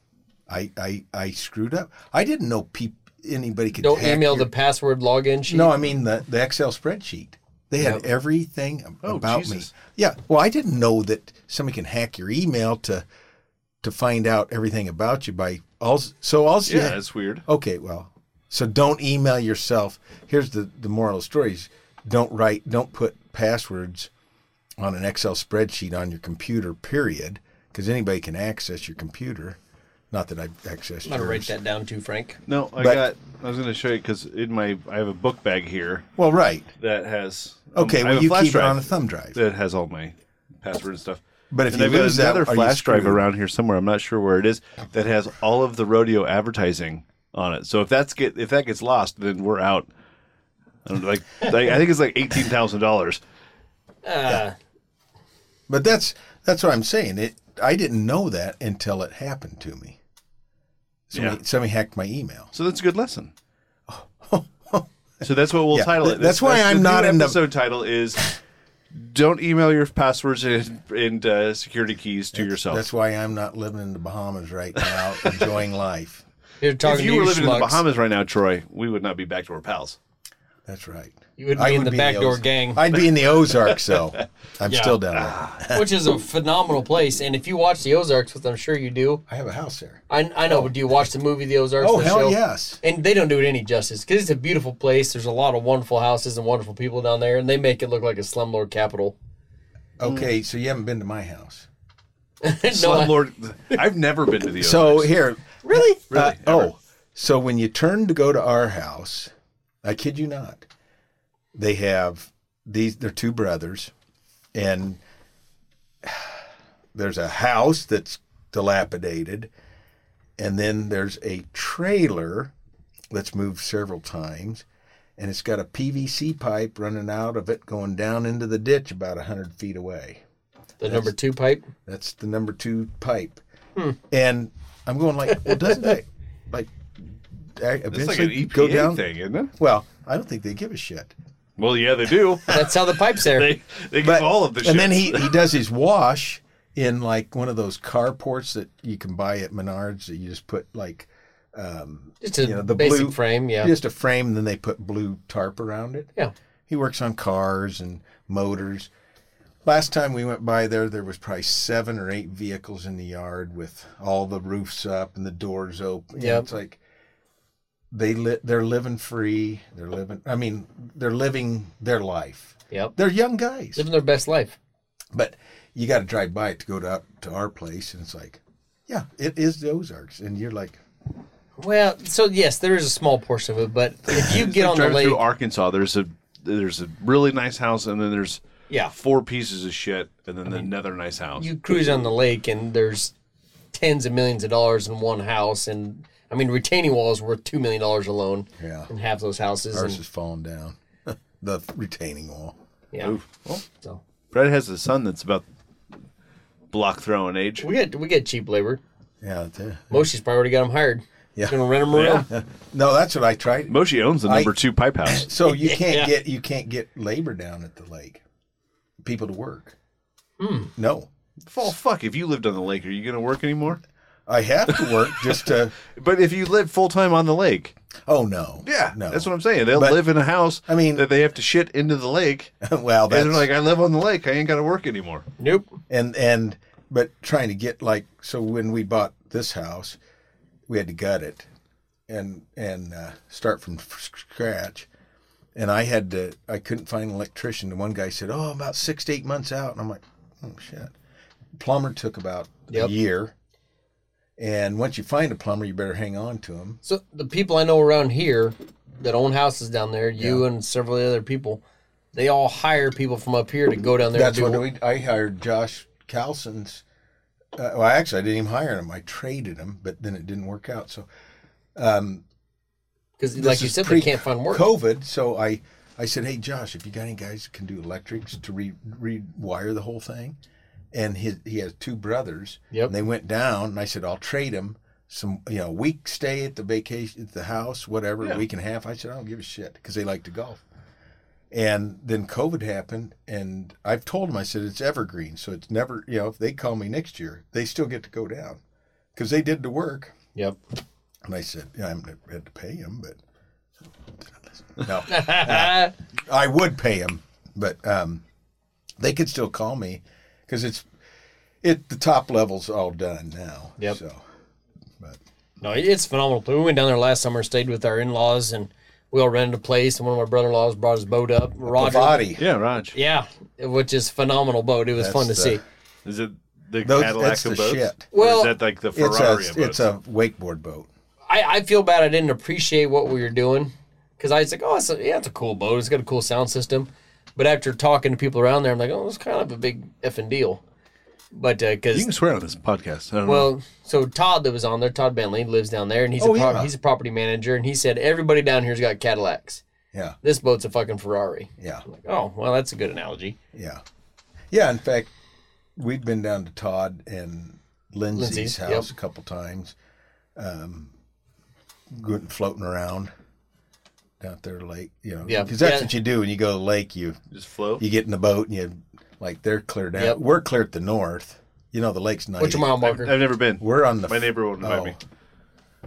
[SPEAKER 2] I I, I screwed up. I didn't know peop, anybody could
[SPEAKER 3] don't
[SPEAKER 2] hack
[SPEAKER 3] email
[SPEAKER 2] your-
[SPEAKER 3] the password login sheet.
[SPEAKER 2] No, I mean the, the Excel spreadsheet. They had everything ab-
[SPEAKER 1] Oh,
[SPEAKER 2] about
[SPEAKER 1] Jesus.
[SPEAKER 2] me. Yeah. Well, I didn't know that somebody can hack your email to to find out everything about you by all. So all.
[SPEAKER 1] Yeah, that's weird.
[SPEAKER 2] Okay. Well, so don't email yourself. Here's the the moral of the story: is Don't write. Don't put passwords on an Excel spreadsheet on your computer. Period. Because anybody can access your computer. Not that I've accessed.
[SPEAKER 3] I'm gonna
[SPEAKER 2] yours.
[SPEAKER 3] write that down too, Frank.
[SPEAKER 1] No, I
[SPEAKER 2] But-
[SPEAKER 1] got. I was gonna show you because in my I have a book bag here
[SPEAKER 2] Well, right.
[SPEAKER 1] that has. um, I
[SPEAKER 2] Okay.
[SPEAKER 1] have
[SPEAKER 2] well,
[SPEAKER 1] a
[SPEAKER 2] you
[SPEAKER 1] flash
[SPEAKER 2] keep it
[SPEAKER 1] drive
[SPEAKER 2] on a thumb drive.
[SPEAKER 1] that has all my password and stuff.
[SPEAKER 2] But if
[SPEAKER 1] and
[SPEAKER 2] you
[SPEAKER 1] I've got
[SPEAKER 2] lose that,
[SPEAKER 1] another
[SPEAKER 2] are you
[SPEAKER 1] flash drive
[SPEAKER 2] screwed?
[SPEAKER 1] around here somewhere, I'm not sure where it is, that has all of the rodeo advertising on it. So if that's get if that gets lost, then we're out. I don't know, like I I think it's like eighteen thousand dollars.
[SPEAKER 3] Uh,
[SPEAKER 2] But that's that's what I'm saying. It I didn't know that until it happened to me. Somebody,
[SPEAKER 1] Yeah.
[SPEAKER 2] somebody hacked my email.
[SPEAKER 1] So that's a good lesson. so that's what we'll
[SPEAKER 2] Yeah,
[SPEAKER 1] title it.
[SPEAKER 2] th- that's why I'm
[SPEAKER 1] the
[SPEAKER 2] not
[SPEAKER 1] new
[SPEAKER 2] in the-
[SPEAKER 1] episode title is. Don't email your passwords and, and uh, security keys to yourself.
[SPEAKER 2] That's why I'm not living in the Bahamas right now, enjoying life.
[SPEAKER 3] you're talking
[SPEAKER 1] if
[SPEAKER 3] to
[SPEAKER 1] you were
[SPEAKER 3] you
[SPEAKER 1] living in the
[SPEAKER 3] schmucks.
[SPEAKER 1] Bahamas right now, Troy, we would not be back to our pals.
[SPEAKER 2] That's right.
[SPEAKER 3] You would be
[SPEAKER 2] I
[SPEAKER 3] in the backdoor
[SPEAKER 2] Oz-
[SPEAKER 3] gang.
[SPEAKER 2] I'd be in the Ozarks, though. I'm
[SPEAKER 3] Yeah.
[SPEAKER 2] still down there.
[SPEAKER 3] which is a phenomenal place. And if you watch the Ozarks, which I'm sure you do,
[SPEAKER 2] I have a house there.
[SPEAKER 3] I, I know. But do you watch the movie The Ozarks?
[SPEAKER 2] Oh
[SPEAKER 3] the
[SPEAKER 2] hell
[SPEAKER 3] show?
[SPEAKER 2] yes!
[SPEAKER 3] And they don't do it any justice because it's a beautiful place. There's a lot of wonderful houses and wonderful people down there, and they make it look like a slumlord capital. Mm.
[SPEAKER 2] Okay, so you haven't been to my house.
[SPEAKER 3] no, I-
[SPEAKER 1] Slumlord, I've never been to the
[SPEAKER 2] So
[SPEAKER 1] Ozarks.
[SPEAKER 2] here,
[SPEAKER 3] really?
[SPEAKER 2] Uh,
[SPEAKER 1] Really? Ever.
[SPEAKER 2] oh, so when you turn to go to our house, I kid you not, they have these. They're two brothers, and there's a house that's dilapidated, and then there's a trailer that's moved several times, and it's got a PVC pipe running out of it going down into the ditch about hundred feet away.
[SPEAKER 3] The number two pipe.
[SPEAKER 2] That's the number two pipe. And I'm going like, well, doesn't that like I
[SPEAKER 1] it's like
[SPEAKER 2] eventually
[SPEAKER 1] an EPA
[SPEAKER 2] go down?
[SPEAKER 1] thing, isn't it?
[SPEAKER 2] Well, I don't think they give a shit.
[SPEAKER 1] Well, yeah, they do.
[SPEAKER 3] That's how the pipe's there.
[SPEAKER 1] they they give all of the.
[SPEAKER 2] and then
[SPEAKER 1] shits.
[SPEAKER 2] he, he does his wash in like one of those carports that you can buy at Menards that you just put like
[SPEAKER 3] just a
[SPEAKER 2] you know the
[SPEAKER 3] basic
[SPEAKER 2] blue
[SPEAKER 3] frame. Yeah.
[SPEAKER 2] just a frame, and then they put blue tarp around it.
[SPEAKER 3] yeah.
[SPEAKER 2] He works on cars and motors. Last time we went by there, there was probably seven or eight vehicles in the yard with all the roofs up and the doors open. You know,
[SPEAKER 3] Yep.
[SPEAKER 2] it's like they li- they're living free. They're living. I mean, they're living their life.
[SPEAKER 3] Yep.
[SPEAKER 2] They're young guys,
[SPEAKER 3] Living their best life.
[SPEAKER 2] but you got to drive by it to go to up to our place, and it's like, yeah, it is the Ozarks, and you're like,
[SPEAKER 3] Well, so yes, there is a small portion of it, but if you get on the
[SPEAKER 1] driving
[SPEAKER 3] lake,
[SPEAKER 1] through Arkansas, there's a there's a really nice house, and then there's
[SPEAKER 3] yeah,
[SPEAKER 1] four pieces of shit, and then another nice house.
[SPEAKER 3] you cruise on the lake and there's tens of millions of dollars in one house and I mean retaining walls worth two million dollars alone
[SPEAKER 2] Yeah.
[SPEAKER 3] in half those houses.
[SPEAKER 2] ours
[SPEAKER 3] And,
[SPEAKER 2] is falling down, the retaining wall.
[SPEAKER 3] yeah.
[SPEAKER 1] Well,
[SPEAKER 3] So
[SPEAKER 1] Brett has a son that's about block throwing age.
[SPEAKER 3] we get we get cheap labor.
[SPEAKER 2] Yeah. the-
[SPEAKER 3] Moshi's probably already got him hired.
[SPEAKER 2] Yeah.
[SPEAKER 3] He's gonna rent him around.
[SPEAKER 2] No, that's what I tried.
[SPEAKER 1] Moshi owns the
[SPEAKER 2] I-
[SPEAKER 1] number two pipe house.
[SPEAKER 2] So you can't
[SPEAKER 3] Yeah.
[SPEAKER 2] get you can't get labor down at the lake, people to work.
[SPEAKER 1] Hmm.
[SPEAKER 2] No,
[SPEAKER 1] Well, fuck, if you lived on the lake, are you going to work anymore?
[SPEAKER 2] I have to work just to.
[SPEAKER 1] But if you live full time on the lake,
[SPEAKER 2] Oh no.
[SPEAKER 1] yeah,
[SPEAKER 2] No.
[SPEAKER 1] that's what I'm saying. They'll
[SPEAKER 2] But-
[SPEAKER 1] live in a house
[SPEAKER 2] I mean-
[SPEAKER 1] that they have to shit into the lake.
[SPEAKER 2] well, that's
[SPEAKER 1] And they're like, I live on the lake. I ain't got to work anymore.
[SPEAKER 3] Nope.
[SPEAKER 2] and and but trying to get like so when we bought this house we had to gut it and and uh, start from f- scratch and i had to i couldn't find an electrician and one guy said oh about six to eight months out and i'm like oh shit plumber took about
[SPEAKER 3] Yep.
[SPEAKER 2] a year and once you find a plumber you better hang on to him
[SPEAKER 3] So the people I know around here that own houses down there, you and several of the other people, they all hire people from up here to go down there.
[SPEAKER 2] that's
[SPEAKER 3] and do
[SPEAKER 2] what we, i hired josh calson's uh, well actually i didn't even hire him i traded him but then it didn't work out so
[SPEAKER 3] Because
[SPEAKER 2] This
[SPEAKER 3] like you
[SPEAKER 2] is
[SPEAKER 3] said,
[SPEAKER 2] pre-
[SPEAKER 3] they can't find work.
[SPEAKER 2] COVID, so I I said, hey Josh, if you got any guys that can do electrics to re rewire the whole thing, and his he has two brothers.
[SPEAKER 3] Yep.
[SPEAKER 2] And they went down, and I said, I'll trade him some, you know, a week stay at the vacation at the house, whatever, a week and a half. I said, I don't give a shit because they like to golf. And then COVID happened, and I've told them, I said, it's evergreen, so it's never, you know, if they call me next year, they still get to go down because they did the work.
[SPEAKER 3] Yep.
[SPEAKER 2] And I said, yeah, I haven't had to pay him, but no, I would pay him, but um, they could still call me because it's it the top level's all done now.
[SPEAKER 3] Yep.
[SPEAKER 2] So, but
[SPEAKER 3] No, it- it's phenomenal. We went down there last summer, stayed with our in laws, and we all rented a place. And one of my brother in laws brought his boat up. Roger.
[SPEAKER 2] Body.
[SPEAKER 1] Yeah, Raj.
[SPEAKER 3] Yeah, which is phenomenal boat. It was
[SPEAKER 2] That's uh,
[SPEAKER 3] fun
[SPEAKER 2] the-
[SPEAKER 3] to see.
[SPEAKER 1] Is it the
[SPEAKER 2] Those-
[SPEAKER 1] Cadillac
[SPEAKER 2] that's
[SPEAKER 1] of
[SPEAKER 2] the
[SPEAKER 1] boats?
[SPEAKER 2] shit.
[SPEAKER 1] Or
[SPEAKER 3] Well,
[SPEAKER 1] is that like the
[SPEAKER 2] It's
[SPEAKER 1] Ferrari of
[SPEAKER 2] a
[SPEAKER 1] boats?
[SPEAKER 2] it's a wakeboard boat.
[SPEAKER 3] I, I feel bad I didn't appreciate what we were doing because I was like, oh, it's a, yeah, it's a cool boat. It's got a cool sound system. But after talking to people around there, I'm like, oh, it's kind of a big effing deal. But
[SPEAKER 1] you
[SPEAKER 3] because
[SPEAKER 1] can swear on this podcast. I don't know.
[SPEAKER 3] well, so Todd that was on there, Todd Bentley lives down there, and he's
[SPEAKER 2] Oh,
[SPEAKER 3] a pro-
[SPEAKER 2] yeah.
[SPEAKER 3] he's a property manager, and he said everybody down here's got Cadillacs.
[SPEAKER 2] Yeah,
[SPEAKER 3] This boat's a fucking Ferrari.
[SPEAKER 2] yeah,
[SPEAKER 3] I'm like, oh, well, that's a good analogy.
[SPEAKER 2] yeah, yeah. In fact, we've been down to Todd and Lindsay's
[SPEAKER 3] Lindsay's, yep.
[SPEAKER 2] house a couple times, um, good floating around down there the lake. You know,
[SPEAKER 3] Yeah.
[SPEAKER 2] because that's
[SPEAKER 3] Yeah.
[SPEAKER 2] what you do when you go to the lake. You
[SPEAKER 1] Just float.
[SPEAKER 2] you get in the boat and you like they're cleared out.
[SPEAKER 3] Yep.
[SPEAKER 2] We're clear at the north. You know the lake's ninety.
[SPEAKER 3] What's your mile marker?
[SPEAKER 1] I've never been.
[SPEAKER 2] We're on the
[SPEAKER 1] My neighbor won't invite
[SPEAKER 2] oh.
[SPEAKER 1] me.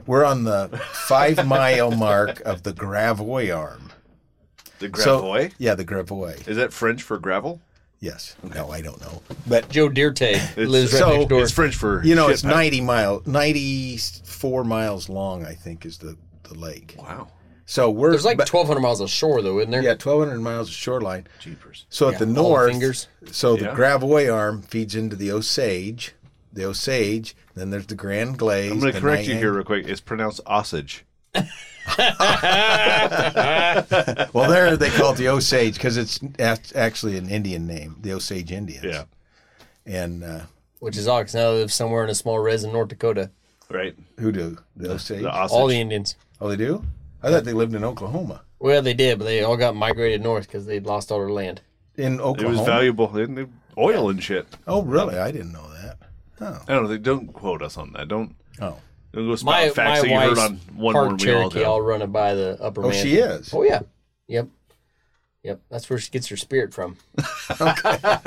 [SPEAKER 2] We're on the five mile mark of the Gravoy Arm.
[SPEAKER 1] The
[SPEAKER 2] So-
[SPEAKER 1] Gravoy?
[SPEAKER 2] yeah, the Gravoy.
[SPEAKER 1] is that French for gravel?
[SPEAKER 2] Yes. No, I don't know, but
[SPEAKER 3] Joe Dirte
[SPEAKER 1] It's-
[SPEAKER 3] lives right
[SPEAKER 2] so-
[SPEAKER 3] next door.
[SPEAKER 1] It's French for
[SPEAKER 2] you know
[SPEAKER 1] shit
[SPEAKER 2] it's
[SPEAKER 1] pile.
[SPEAKER 2] ninety mile, ninety four miles long. I think is the the lake.
[SPEAKER 1] Wow,
[SPEAKER 2] So we're
[SPEAKER 3] There's like
[SPEAKER 2] but-
[SPEAKER 3] 1,200 miles of shore, though, isn't there?
[SPEAKER 2] yeah, twelve hundred miles of shoreline.
[SPEAKER 1] jeepers!
[SPEAKER 2] So at the
[SPEAKER 3] all the
[SPEAKER 2] north,
[SPEAKER 3] fingers.
[SPEAKER 2] so the
[SPEAKER 1] Yeah.
[SPEAKER 2] Gravoy Arm feeds into the Osage, the Osage. Then there's the Grand Glaze.
[SPEAKER 1] I'm going to correct you here real quick. It's pronounced Osage.
[SPEAKER 2] Well, there they call it the Osage because it's act- actually an Indian name, the Osage Indians.
[SPEAKER 1] Yeah,
[SPEAKER 2] And uh,
[SPEAKER 3] Which is odd 'cause now they live somewhere in a small res in North Dakota.
[SPEAKER 1] right.
[SPEAKER 2] who do the Osage?
[SPEAKER 1] The Osage.
[SPEAKER 3] All the Indians.
[SPEAKER 2] oh, they do. I thought they lived in Oklahoma.
[SPEAKER 3] Well, they did, but they all got migrated north because they lost all their land.
[SPEAKER 2] In
[SPEAKER 1] it
[SPEAKER 2] Oklahoma.
[SPEAKER 1] was valuable. They- they- Oil and shit.
[SPEAKER 2] Oh, really? I didn't know that. Oh.
[SPEAKER 1] I don't know. They don't quote us on that. Don't
[SPEAKER 2] Oh.
[SPEAKER 1] don't go spout
[SPEAKER 3] My
[SPEAKER 1] facts
[SPEAKER 3] my
[SPEAKER 1] that you heard
[SPEAKER 3] wife's
[SPEAKER 1] on one
[SPEAKER 3] part
[SPEAKER 1] word we all
[SPEAKER 3] Cherokee,
[SPEAKER 1] know.
[SPEAKER 3] all running by the upper.
[SPEAKER 2] Oh,
[SPEAKER 3] Manhattan.
[SPEAKER 2] she is.
[SPEAKER 3] Oh yeah, yep, yep. That's where she gets her spirit from.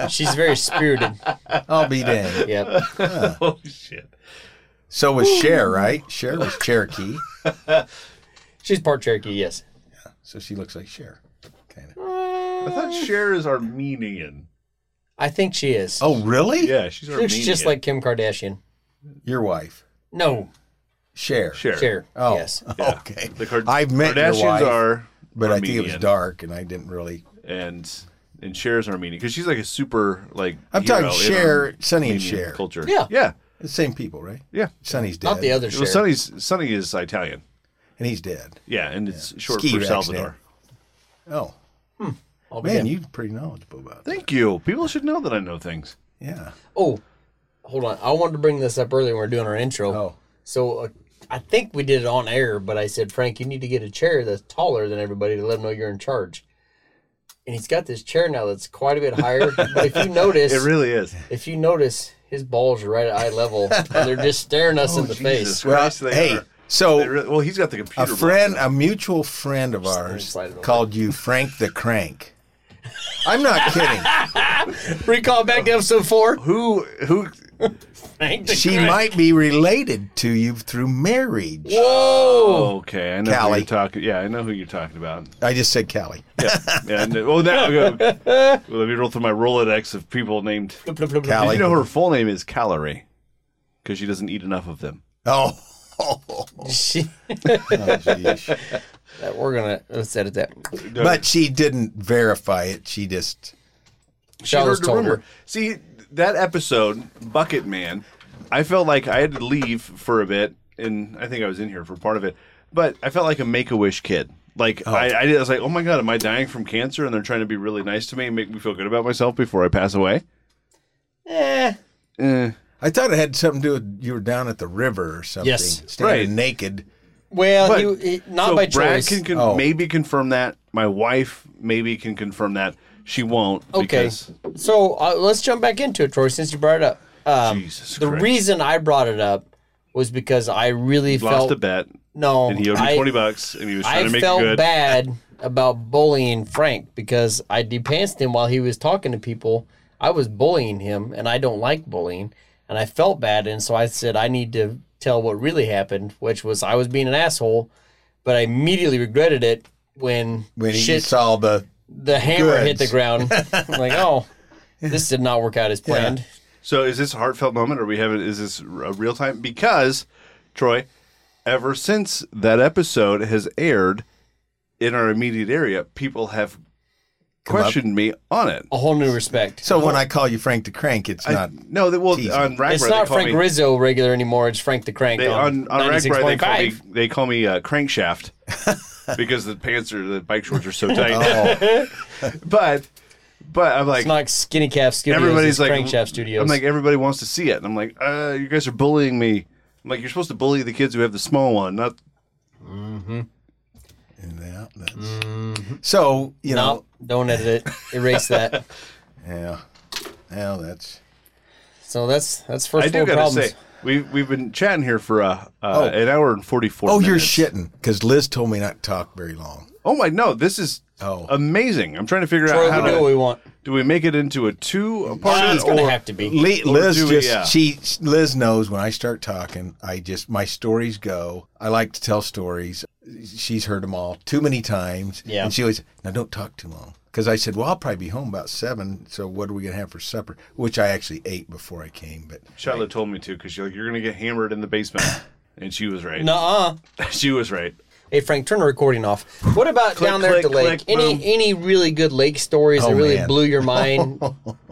[SPEAKER 3] She's very spirited.
[SPEAKER 2] I'll be dang.
[SPEAKER 3] Yep.
[SPEAKER 1] Oh shit!
[SPEAKER 2] So was Cher, right? Cher was Cherokee,
[SPEAKER 3] She's part Cherokee. Yes.
[SPEAKER 2] so she looks like Cher, kind of.
[SPEAKER 1] I thought
[SPEAKER 3] Uh,
[SPEAKER 1] Cher is Armenian.
[SPEAKER 3] I think she is.
[SPEAKER 2] Oh, really?
[SPEAKER 1] Yeah, she's
[SPEAKER 3] she looks
[SPEAKER 1] Armenian.
[SPEAKER 3] just like Kim Kardashian.
[SPEAKER 2] Your wife,
[SPEAKER 3] No,
[SPEAKER 2] Cher.
[SPEAKER 1] Cher.
[SPEAKER 3] Cher.
[SPEAKER 2] Oh.
[SPEAKER 3] Yes.
[SPEAKER 1] Yeah.
[SPEAKER 2] Okay.
[SPEAKER 1] The Card-
[SPEAKER 2] I've met your
[SPEAKER 1] Kardashians
[SPEAKER 2] wife,
[SPEAKER 1] are,
[SPEAKER 2] but I think it was
[SPEAKER 1] Armenian.
[SPEAKER 2] dark, and I didn't really.
[SPEAKER 1] and and Cher's Armenian because she's like a super like.
[SPEAKER 2] I'm talking
[SPEAKER 1] hero in
[SPEAKER 2] Cher, Sonny and
[SPEAKER 1] Armenian
[SPEAKER 2] Cher.
[SPEAKER 1] culture.
[SPEAKER 3] Yeah.
[SPEAKER 1] yeah,
[SPEAKER 2] The same people, right?
[SPEAKER 1] yeah.
[SPEAKER 2] Sonny's dead.
[SPEAKER 3] Not the other
[SPEAKER 1] Well,
[SPEAKER 3] Cher.
[SPEAKER 1] Sonny's Sonny is Italian.
[SPEAKER 2] And he's dead.
[SPEAKER 1] Yeah, and it's short
[SPEAKER 2] Ski
[SPEAKER 1] for
[SPEAKER 2] racks
[SPEAKER 1] Salvador.
[SPEAKER 2] Oh,
[SPEAKER 3] All
[SPEAKER 2] man,
[SPEAKER 3] began-
[SPEAKER 2] you're pretty knowledgeable about that.
[SPEAKER 1] Thank you. People should know that I know things.
[SPEAKER 2] Yeah.
[SPEAKER 3] Oh, hold on. I wanted to bring this up earlier when we were doing our intro.
[SPEAKER 2] Oh.
[SPEAKER 3] So uh, I think we did it on air, but I said, Frank, you need to get a chair that's taller than everybody to let them know you're in charge. And he's got this chair now that's quite a bit higher. but if you notice,
[SPEAKER 1] It really is.
[SPEAKER 3] if you notice, his balls are right at eye level, and they're just staring us in the
[SPEAKER 1] Oh, Jesus
[SPEAKER 3] face.
[SPEAKER 1] Christ, they
[SPEAKER 2] hey,
[SPEAKER 1] are.
[SPEAKER 2] so
[SPEAKER 1] They really- well, he's got the
[SPEAKER 2] a
[SPEAKER 1] computer.
[SPEAKER 2] friend, a mutual friend of
[SPEAKER 3] me
[SPEAKER 2] ours,
[SPEAKER 3] slide it over.
[SPEAKER 2] called you Frank the Crank. I'm not kidding.
[SPEAKER 3] Recall back to episode four.
[SPEAKER 1] Who who?
[SPEAKER 3] Thank the
[SPEAKER 2] She
[SPEAKER 3] Christ.
[SPEAKER 2] might be related to you through marriage.
[SPEAKER 3] Whoa!
[SPEAKER 1] Okay, I know who
[SPEAKER 2] Callie.
[SPEAKER 1] you're talking. Yeah, I know who you're talking about.
[SPEAKER 2] I just said Callie.
[SPEAKER 1] Yeah, yeah. I know- Oh, that. Okay. Well, let me roll through my Rolodex of people named.
[SPEAKER 2] Callie.
[SPEAKER 1] Did you know her full name is Calorie? Because she doesn't eat enough of them.
[SPEAKER 2] Oh,
[SPEAKER 3] She-
[SPEAKER 2] jeez.
[SPEAKER 3] that- we're gonna let's edit that.
[SPEAKER 2] but she didn't verify it. She just
[SPEAKER 1] She
[SPEAKER 3] Dallas
[SPEAKER 1] heard the
[SPEAKER 3] told
[SPEAKER 1] rumor.
[SPEAKER 3] her.
[SPEAKER 1] See that episode, Bucket Man. I felt like I had to leave for a bit, and I think I was in here for part of it. But I felt like a Make a Wish kid. Like I, I, did- I was like, oh my god, am I dying from cancer? And they're trying to be really nice to me and make me feel good about myself before I pass away.
[SPEAKER 3] Eh.
[SPEAKER 1] Eh.
[SPEAKER 2] I thought it had something to do with you were down at the river or something.
[SPEAKER 3] Yes.
[SPEAKER 1] Right.
[SPEAKER 2] Standing naked.
[SPEAKER 3] Well,
[SPEAKER 1] But-
[SPEAKER 3] he, he- not
[SPEAKER 1] so
[SPEAKER 3] by
[SPEAKER 1] Brad
[SPEAKER 3] choice.
[SPEAKER 1] can, con-
[SPEAKER 2] Oh.
[SPEAKER 1] maybe confirm that. My wife maybe can confirm that. She won't.
[SPEAKER 3] Okay,
[SPEAKER 1] Because
[SPEAKER 3] so uh, let's jump back into it, Troy. Since you brought it up, um,
[SPEAKER 1] Jesus
[SPEAKER 3] the
[SPEAKER 1] Christ.
[SPEAKER 3] reason I brought it up was because I really
[SPEAKER 1] lost
[SPEAKER 3] felt
[SPEAKER 1] a bet,
[SPEAKER 3] no,
[SPEAKER 1] and he owed me
[SPEAKER 3] I-
[SPEAKER 1] twenty bucks, and he was trying
[SPEAKER 3] I
[SPEAKER 1] to make
[SPEAKER 3] felt
[SPEAKER 1] it good.
[SPEAKER 3] bad about bullying Frank because I depanced him while he was talking to people. I was bullying him, and I don't like bullying, and I felt bad, and so I said I need to tell what really happened, which was I was being an asshole, but I immediately regretted it when,
[SPEAKER 2] When he
[SPEAKER 3] shit
[SPEAKER 2] saw the
[SPEAKER 3] the hammer hit
[SPEAKER 2] goods.
[SPEAKER 3] the ground. I'm like, oh, this did not work out as planned.
[SPEAKER 1] So is this a heartfelt moment? Or we having is this a real time? Because Troy, ever since that episode has aired in our immediate area, people have
[SPEAKER 2] up.
[SPEAKER 1] questioned me on it.
[SPEAKER 3] A whole new respect.
[SPEAKER 2] So when I call you Frank the Crank, it's not.
[SPEAKER 1] No, they, well
[SPEAKER 2] Teasing.
[SPEAKER 1] on Ragbri
[SPEAKER 3] it's
[SPEAKER 1] they
[SPEAKER 3] not
[SPEAKER 1] call
[SPEAKER 3] Frank
[SPEAKER 1] me
[SPEAKER 3] Rizzo regular anymore. It's Frank the Crank.
[SPEAKER 1] they, on on Ragbri they call me
[SPEAKER 3] 96.5.
[SPEAKER 1] they call me uh, crankshaft because the pants are the bike shorts are so tight.
[SPEAKER 2] Oh,
[SPEAKER 1] But but I'm like
[SPEAKER 3] It's not like Skinny Calf Studios.
[SPEAKER 1] everybody's like
[SPEAKER 3] Crankshaft Studios.
[SPEAKER 1] I'm like everybody wants to see it, and I'm like, uh, you guys are bullying me. I'm like, you're supposed to bully the kids who have the small one, not
[SPEAKER 2] yeah, that's- So you
[SPEAKER 1] "Oh."
[SPEAKER 2] know,
[SPEAKER 3] Mm-hmm. no, don't edit it. Erase that.
[SPEAKER 2] yeah, well, that's
[SPEAKER 3] So that's that's first
[SPEAKER 1] I do
[SPEAKER 3] world
[SPEAKER 1] gotta
[SPEAKER 3] problems.
[SPEAKER 1] say, we've we've been chatting here for uh, uh,
[SPEAKER 2] Oh.
[SPEAKER 1] an hour and forty four.
[SPEAKER 2] oh, you're shitting because Liz told me not to talk very long.
[SPEAKER 1] Oh my no, this is
[SPEAKER 2] Oh.
[SPEAKER 1] amazing. I'm trying to figure
[SPEAKER 3] Troy,
[SPEAKER 1] out
[SPEAKER 3] we
[SPEAKER 1] how
[SPEAKER 3] do what we
[SPEAKER 1] to,
[SPEAKER 3] want.
[SPEAKER 1] do we make it into a two
[SPEAKER 3] Well,
[SPEAKER 1] part
[SPEAKER 3] it's gonna
[SPEAKER 1] or
[SPEAKER 3] have to be.
[SPEAKER 2] Li-
[SPEAKER 1] Or
[SPEAKER 2] Liz
[SPEAKER 1] do
[SPEAKER 2] just
[SPEAKER 1] we- yeah.
[SPEAKER 2] she Liz knows when I start talking, I just my stories go. I like to tell stories. She's heard them all too many times,
[SPEAKER 3] Yeah.
[SPEAKER 2] And she always now don't talk too long because I said, well, I'll probably be home about seven. So what are we gonna have for supper? Which I actually ate before I came, but
[SPEAKER 1] Charlotte told me to because she's like you're gonna get hammered in the basement, and she was right.
[SPEAKER 3] Nuh-uh.
[SPEAKER 1] she was right.
[SPEAKER 3] Hey Frank, turn the recording off. What about down there at the
[SPEAKER 1] click,
[SPEAKER 3] lake?
[SPEAKER 1] click,
[SPEAKER 3] any
[SPEAKER 1] boom.
[SPEAKER 3] any really good lake stories that
[SPEAKER 2] Oh,
[SPEAKER 3] really
[SPEAKER 2] man.
[SPEAKER 3] blew your mind?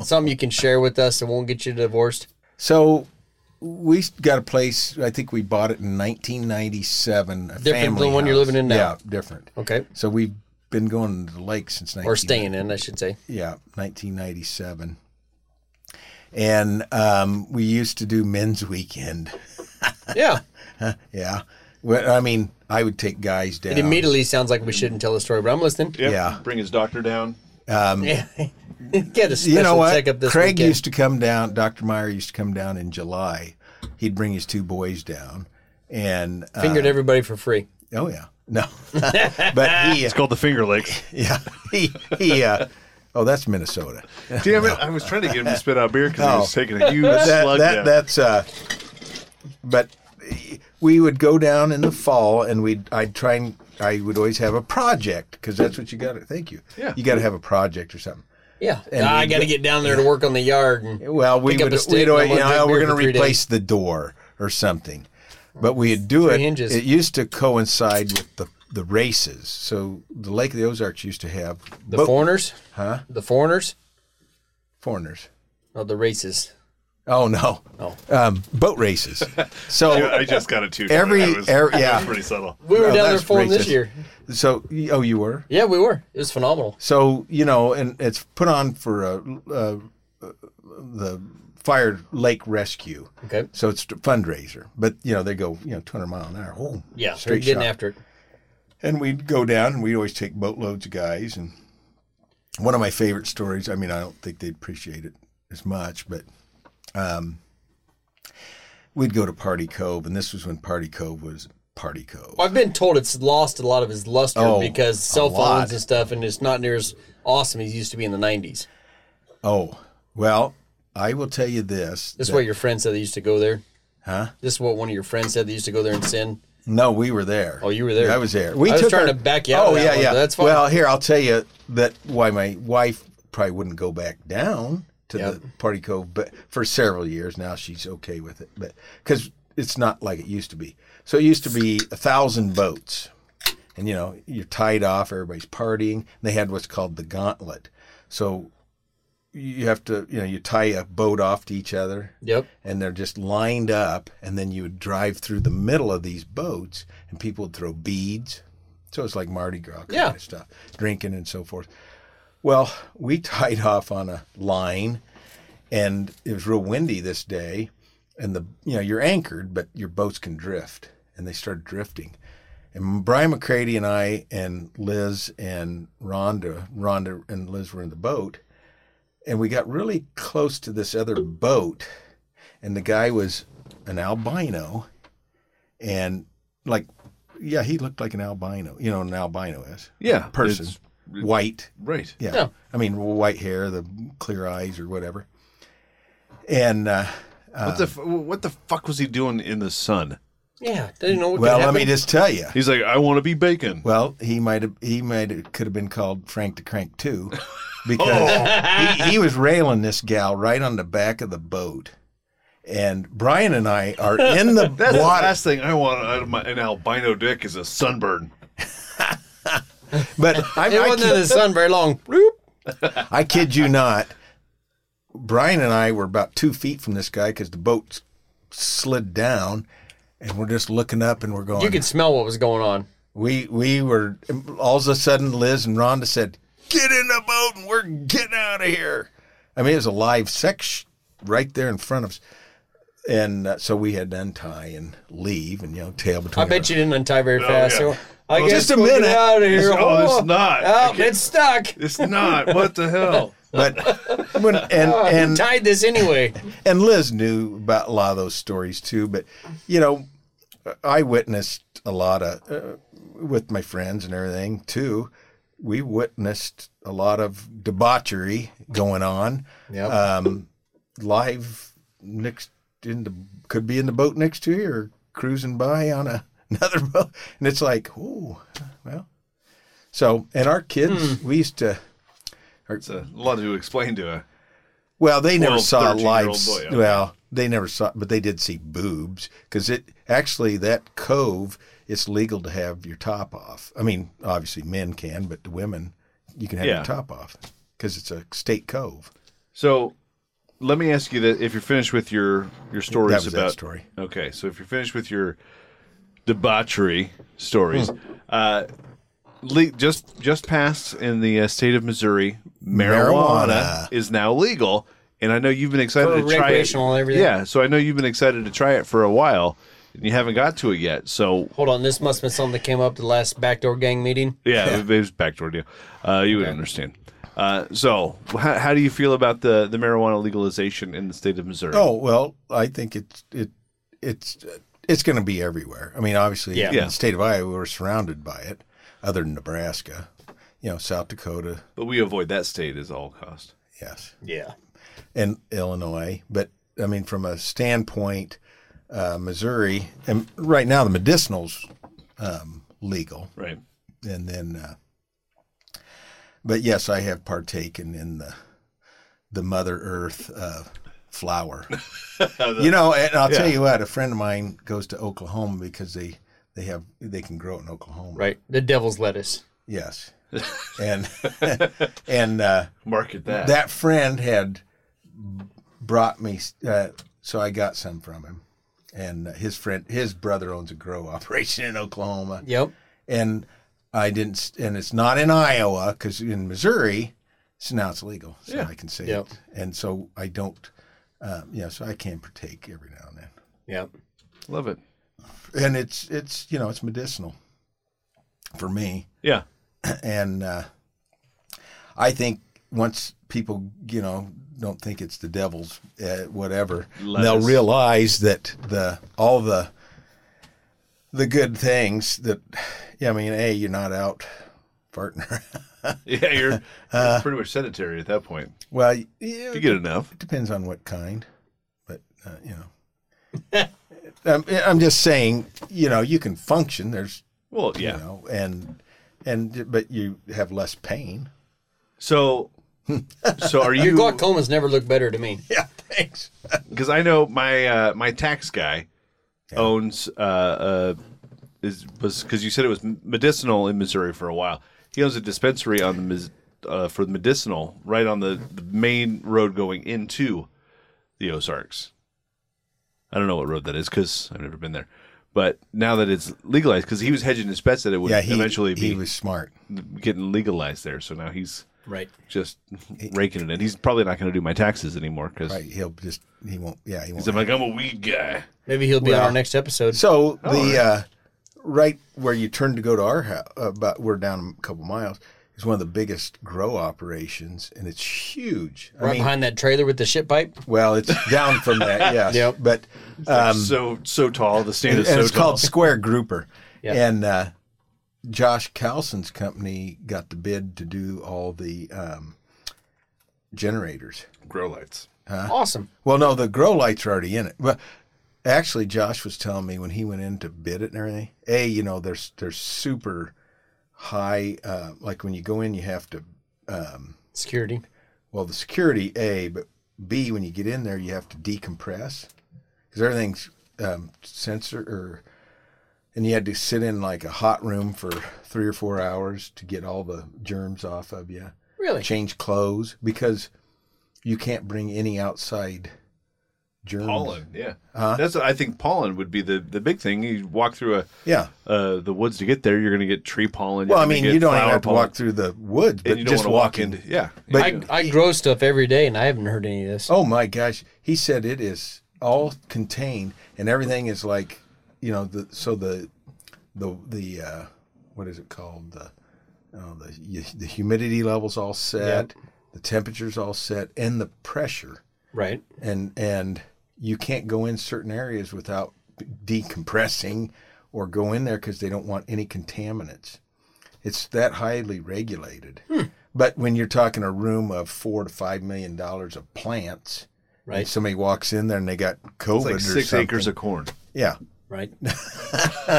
[SPEAKER 3] Something you can share with us and won't get you divorced.
[SPEAKER 2] So we got a place. I think we bought it in 1997. A
[SPEAKER 3] Different
[SPEAKER 2] family
[SPEAKER 3] than the one you're
[SPEAKER 2] house.
[SPEAKER 3] living in now.
[SPEAKER 2] Yeah, different.
[SPEAKER 3] Okay.
[SPEAKER 2] So we've been going to the lake since 19,
[SPEAKER 3] Or staying in, I should say.
[SPEAKER 2] Yeah, 1997. And um, we used to do men's weekend.
[SPEAKER 3] Yeah.
[SPEAKER 2] Yeah. Well, I mean, I would take guys down.
[SPEAKER 3] It immediately sounds like we shouldn't tell the story, but I'm listening.
[SPEAKER 1] Yep.
[SPEAKER 2] Yeah.
[SPEAKER 1] bring his doctor down.
[SPEAKER 3] Yeah. Get a special
[SPEAKER 2] you know what?
[SPEAKER 3] checkup this
[SPEAKER 2] Craig
[SPEAKER 3] weekend.
[SPEAKER 2] used to come down. Dr. Meyer used to come down in July. He'd bring his two boys down, and uh,
[SPEAKER 3] fingered everybody for free.
[SPEAKER 2] oh yeah, no, but he
[SPEAKER 1] It's called the finger licks.
[SPEAKER 2] Yeah. He, he uh, oh, that's Minnesota.
[SPEAKER 1] Damn it! I was trying to get him to spit out beer because he
[SPEAKER 2] Oh.
[SPEAKER 1] was taking a huge
[SPEAKER 2] That,
[SPEAKER 1] slug.
[SPEAKER 2] that,
[SPEAKER 1] down.
[SPEAKER 2] that's uh but we would go down in the fall and we'd I'd try and I would always have a project because that's what you got to thank you.
[SPEAKER 1] Yeah.
[SPEAKER 2] You got to have a project or something.
[SPEAKER 3] Yeah.
[SPEAKER 2] And
[SPEAKER 3] Ah, I
[SPEAKER 2] we-
[SPEAKER 3] got to get down there to work on the yard. And,
[SPEAKER 2] Well, we
[SPEAKER 3] Pick up
[SPEAKER 2] would
[SPEAKER 3] a stick
[SPEAKER 2] we'd
[SPEAKER 3] and
[SPEAKER 2] always,
[SPEAKER 3] I'm
[SPEAKER 2] you
[SPEAKER 3] gonna
[SPEAKER 2] know,
[SPEAKER 3] drink
[SPEAKER 2] we're
[SPEAKER 3] beer
[SPEAKER 2] going to
[SPEAKER 3] for three
[SPEAKER 2] replace the door or something. But we'd do it.
[SPEAKER 3] hinges.
[SPEAKER 2] It used to coincide with the the races. So the Lake of the Ozarks used to have
[SPEAKER 3] the
[SPEAKER 2] boat-
[SPEAKER 3] foreigners? Huh? The foreigners?
[SPEAKER 2] foreigners.
[SPEAKER 3] Oh, the races.
[SPEAKER 2] Oh no.
[SPEAKER 3] Oh.
[SPEAKER 2] Um, boat races. So
[SPEAKER 1] I just got a two.
[SPEAKER 2] Every-
[SPEAKER 1] That was-
[SPEAKER 2] every-
[SPEAKER 1] that was
[SPEAKER 2] yeah.
[SPEAKER 1] pretty subtle.
[SPEAKER 3] We were
[SPEAKER 2] No,
[SPEAKER 3] down there
[SPEAKER 2] that's
[SPEAKER 3] for them this
[SPEAKER 2] racist.
[SPEAKER 3] year.
[SPEAKER 2] So, y- oh, you were.
[SPEAKER 3] Yeah, we were. It was phenomenal.
[SPEAKER 2] So you know, and it's put on for a, uh the fire lake rescue.
[SPEAKER 3] Okay.
[SPEAKER 2] So it's a fundraiser, but you know they go you know 200 mile an hour. Oh,
[SPEAKER 3] Yeah, straight
[SPEAKER 2] straight
[SPEAKER 3] getting
[SPEAKER 2] shot.
[SPEAKER 3] after it.
[SPEAKER 2] And we'd go down, and we'd always take boatloads of guys. And one of my favorite stories. I mean, I don't think they'd appreciate it as much, but um, we'd go to Party Cove, and this was when Party Cove was Party Cove.
[SPEAKER 3] Well, I've been told it's lost a lot of his luster
[SPEAKER 2] Oh,
[SPEAKER 3] because
[SPEAKER 2] a
[SPEAKER 3] cell
[SPEAKER 2] lot.
[SPEAKER 3] phones and stuff, and it's not near as awesome as it used to be in the 90s.
[SPEAKER 2] Oh, well, I will tell you this.
[SPEAKER 3] This is
[SPEAKER 2] that-
[SPEAKER 3] what your friend said they used to go there.
[SPEAKER 2] Huh?
[SPEAKER 3] This is what one of your friends said they used to go there and sin.
[SPEAKER 2] No, we were there.
[SPEAKER 3] Oh, you were there.
[SPEAKER 2] I was there. We
[SPEAKER 3] I was
[SPEAKER 2] took
[SPEAKER 3] trying
[SPEAKER 2] our-
[SPEAKER 3] to back you out
[SPEAKER 2] Oh,
[SPEAKER 3] of that
[SPEAKER 2] yeah,
[SPEAKER 3] one,
[SPEAKER 2] yeah.
[SPEAKER 3] but that's fine.
[SPEAKER 2] Well, here I'll tell you that why my wife probably wouldn't go back down to
[SPEAKER 3] Yep.
[SPEAKER 2] the party cove, but for several years now she's okay with it, but because it's not like it used to be. So it used to be a thousand boats, and you know you're tied off. Everybody's partying. They had what's called the gauntlet. So you have to, you know, you tie a boat off to each other
[SPEAKER 3] Yep.
[SPEAKER 2] and they're just lined up and then you would drive through the middle of these boats and people would throw beads so it's like mardi gras kind
[SPEAKER 3] Yeah.
[SPEAKER 2] of stuff drinking and so forth well we tied off on a line and it was real windy this day and the you know you're anchored but your boats can drift and they started drifting and Brian McCready and I and Liz and Rhonda, Rhonda and Liz were in the boat, and we got really close to this other boat, and the guy was an albino, and like, yeah, he looked like an albino. You know, what an albino is
[SPEAKER 1] Yeah,
[SPEAKER 2] person,
[SPEAKER 1] it's-
[SPEAKER 2] white.
[SPEAKER 1] right.
[SPEAKER 2] Yeah.
[SPEAKER 3] Yeah.
[SPEAKER 2] I mean, white hair, the clear eyes, or whatever. And uh,
[SPEAKER 1] what the f- what the fuck was he doing in the sun?
[SPEAKER 3] Yeah. Didn't know what
[SPEAKER 2] well,
[SPEAKER 3] could
[SPEAKER 2] let
[SPEAKER 3] happen.
[SPEAKER 2] me just tell you.
[SPEAKER 1] He's like, I want to be bacon.
[SPEAKER 2] Well, he might have he might have could have been called Frank the Crank too,
[SPEAKER 3] Oh.
[SPEAKER 2] because he, he was railing this gal right on the back of the boat, and Brian and I are in the
[SPEAKER 1] That's the
[SPEAKER 2] water.
[SPEAKER 1] last thing I want out of my, an albino dick is a sunburn.
[SPEAKER 2] But I,
[SPEAKER 3] It
[SPEAKER 2] I,
[SPEAKER 3] wasn't in
[SPEAKER 2] kid,
[SPEAKER 3] the sun very long. Bloop.
[SPEAKER 2] I kid you not, Brian and I were about two feet from this guy because the boat slid down, and we're just looking up and we're going.
[SPEAKER 3] You could smell what was going on.
[SPEAKER 2] we we were all of a sudden Liz and Rhonda said, "Get in the boat and we're getting out of here." I mean, it was a live sex sh- right there in front of us, and uh, so we had to untie and leave, and you know, tail between.
[SPEAKER 3] I bet you didn't untie very fast.
[SPEAKER 1] Oh, yeah.
[SPEAKER 3] So I
[SPEAKER 1] Well,
[SPEAKER 3] guess
[SPEAKER 2] just a
[SPEAKER 3] we'll get
[SPEAKER 2] minute.
[SPEAKER 3] out of here.
[SPEAKER 1] No, it's not. I
[SPEAKER 3] Oh,
[SPEAKER 1] can't-
[SPEAKER 3] it's stuck.
[SPEAKER 1] It's not. What the hell?
[SPEAKER 2] But when and
[SPEAKER 3] And
[SPEAKER 2] and
[SPEAKER 3] tied this anyway.
[SPEAKER 2] and Liz knew about a lot of those stories too. But you know, I witnessed a lot of uh, with my friends and everything too. We witnessed a lot of debauchery going on.
[SPEAKER 3] Yep.
[SPEAKER 2] um, live next in the could be in the boat next to you or cruising by on a, another boat, and it's like, oh, well. So, and our kids, we used to.
[SPEAKER 1] It's a lot to explain to her.
[SPEAKER 2] Well, they never
[SPEAKER 1] 12,
[SPEAKER 2] saw
[SPEAKER 1] 13-year-old
[SPEAKER 2] live. s-
[SPEAKER 1] boy, okay.
[SPEAKER 2] Well, they never saw, but they did see boobs because it actually that cove. It's legal to have your top off. I mean, obviously men can, but the women, you can have
[SPEAKER 1] Yeah.
[SPEAKER 2] your top off because it's a state cove.
[SPEAKER 1] So, let me ask you that: if you're finished with your your stories
[SPEAKER 2] was that
[SPEAKER 1] about
[SPEAKER 2] story.
[SPEAKER 1] okay, so if you're finished with your debauchery stories, uh, le- just just passed in the uh, state of Missouri, marijuana,
[SPEAKER 2] Marijuana.
[SPEAKER 1] is now legal, and I know you've been excited
[SPEAKER 3] For
[SPEAKER 1] to try it.
[SPEAKER 3] recreational and everything.
[SPEAKER 1] Yeah, so I know you've been excited to try it for a while, and you haven't got to it yet. So
[SPEAKER 3] Hold on, this must have been something that came up the last backdoor gang meeting.
[SPEAKER 1] Yeah, it was backdoor deal. Uh, you would understand. Uh, so, how, how do you feel about the, the marijuana legalization in the state of Missouri?
[SPEAKER 2] Oh well, I think it's it it's it's going to be everywhere. I mean, obviously,
[SPEAKER 3] Yeah.
[SPEAKER 2] in
[SPEAKER 1] Yeah.
[SPEAKER 2] the state of Iowa, we're surrounded by it. Other than Nebraska, you know, South Dakota,
[SPEAKER 1] But we avoid that state at all cost.
[SPEAKER 2] yes,
[SPEAKER 3] Yeah.
[SPEAKER 2] and Illinois. But I mean, from a standpoint, uh, Missouri, and right now the medicinals um, legal,
[SPEAKER 1] Right.
[SPEAKER 2] and then, uh, but yes, I have partaken in the the Mother Earth uh, flower. you know, and I'll tell
[SPEAKER 1] Yeah.
[SPEAKER 2] you what, a friend of mine goes to Oklahoma because they they have they can grow it in Oklahoma.
[SPEAKER 3] Right. The devil's lettuce.
[SPEAKER 2] Yes. and and uh,
[SPEAKER 1] Market that.
[SPEAKER 2] that friend had brought me, uh, so I got some from him. And his friend, his brother owns a grow operation in Oklahoma
[SPEAKER 3] Yep.
[SPEAKER 2] and I didn't, s- and it's not in Iowa because in Missouri, so now it's legal, so
[SPEAKER 1] Yeah.
[SPEAKER 2] I can say
[SPEAKER 3] Yep.
[SPEAKER 2] it, and so I don't, um, yeah, so I can partake every now and then,
[SPEAKER 3] Yep.
[SPEAKER 1] Love it.
[SPEAKER 2] and it's it's you know it's medicinal for me,
[SPEAKER 1] Yeah.
[SPEAKER 2] and uh, I think once people you know don't think it's the devil's uh, whatever. And
[SPEAKER 1] Lettuce.
[SPEAKER 2] They'll realize that the all the the good things that yeah, I mean, a you're not out farting. around.
[SPEAKER 1] Yeah, you're, you're pretty much sedentary at that point.
[SPEAKER 2] well,
[SPEAKER 1] If you
[SPEAKER 2] yeah,
[SPEAKER 1] get enough,
[SPEAKER 2] depends on what kind, but uh, you know, I'm, I'm just saying, you know, you can function. There's
[SPEAKER 1] well, yeah.
[SPEAKER 2] you know, and and but you have less pain.
[SPEAKER 1] So, so are
[SPEAKER 3] Your
[SPEAKER 1] you?
[SPEAKER 3] glaucoma's never looked better to me.
[SPEAKER 2] Yeah, thanks.
[SPEAKER 1] Because I know my uh, my tax guy owns uh, uh, is was because you said it was medicinal in Missouri for a while. He owns a dispensary on the mis- uh, for the medicinal right on the, the main road going into the Ozarks. I don't know what road that is because I've never been there. But now that it's legalized, because he was hedging his bets that it would
[SPEAKER 2] Yeah, he
[SPEAKER 1] eventually
[SPEAKER 2] he
[SPEAKER 1] be
[SPEAKER 2] was smart.
[SPEAKER 1] getting legalized there. So now he's
[SPEAKER 3] Right.
[SPEAKER 1] just raking it in. He's probably not going to do my taxes anymore because
[SPEAKER 2] Right, he'll just he won't. Yeah, he won't.
[SPEAKER 1] I'm like I'm a weed guy.
[SPEAKER 3] Maybe he'll be on
[SPEAKER 2] Well-
[SPEAKER 3] our next episode.
[SPEAKER 2] So
[SPEAKER 1] Oh,
[SPEAKER 2] the uh, right where you turn to go to our house, about we're down a couple miles, is one of the biggest grow operations, and it's huge. I
[SPEAKER 3] right
[SPEAKER 2] mean,
[SPEAKER 3] behind that trailer with the shit pipe.
[SPEAKER 2] well, it's down from that, yes.
[SPEAKER 3] Yep.
[SPEAKER 2] But um,
[SPEAKER 1] so so tall. The stand
[SPEAKER 2] and,
[SPEAKER 1] is so
[SPEAKER 2] it's
[SPEAKER 1] tall.
[SPEAKER 2] called Square Grouper,
[SPEAKER 3] Yeah.
[SPEAKER 2] and uh, Josh Calson's company got the bid to do all the um, generators.
[SPEAKER 1] grow lights.
[SPEAKER 3] Awesome.
[SPEAKER 2] Well, no, the grow lights are already in it. Well, actually, Josh was telling me when he went in to bid it and everything. A, you know, there's there's super high. Uh, like when you go in, you have to um,
[SPEAKER 3] Security.
[SPEAKER 2] well the security. A, but B, when you get in there, you have to decompress because everything's um, sensor or. And you had to sit in like a hot room for three or four hours to get all the germs off of you
[SPEAKER 3] Really?
[SPEAKER 2] change clothes because you can't bring any outside germs.
[SPEAKER 1] Pollen, yeah. That's I think pollen would be the, the big thing. You walk through a
[SPEAKER 2] Yeah.
[SPEAKER 1] uh, the woods to get there, you're going to get tree pollen. you're
[SPEAKER 2] Well, I
[SPEAKER 1] gonna
[SPEAKER 2] mean,
[SPEAKER 1] get
[SPEAKER 2] you don't even
[SPEAKER 1] flower
[SPEAKER 2] have to
[SPEAKER 1] pollen,
[SPEAKER 2] walk through the woods, but
[SPEAKER 1] and you don't
[SPEAKER 2] just
[SPEAKER 1] wanna
[SPEAKER 2] walk in.
[SPEAKER 1] into yeah.
[SPEAKER 2] But-
[SPEAKER 1] yeah.
[SPEAKER 3] I, I grow stuff every day and I haven't heard any of this.
[SPEAKER 2] Oh my gosh, he said it is all contained, and everything is like, you know, the so the the the uh, what is it called the oh, the the humidity levels all set, the temperatures all set, and the pressure.
[SPEAKER 3] Right.
[SPEAKER 2] and and you can't go in certain areas without decompressing or go in there because they don't want any contaminants. It's that highly regulated.
[SPEAKER 1] Hmm.
[SPEAKER 2] But when you're talking a room of four to five million dollars of plants, and
[SPEAKER 3] Right.
[SPEAKER 2] somebody walks in there and they got COVID
[SPEAKER 1] It's like
[SPEAKER 2] or
[SPEAKER 1] six
[SPEAKER 2] something.
[SPEAKER 1] acres of corn.
[SPEAKER 2] yeah,
[SPEAKER 3] Right.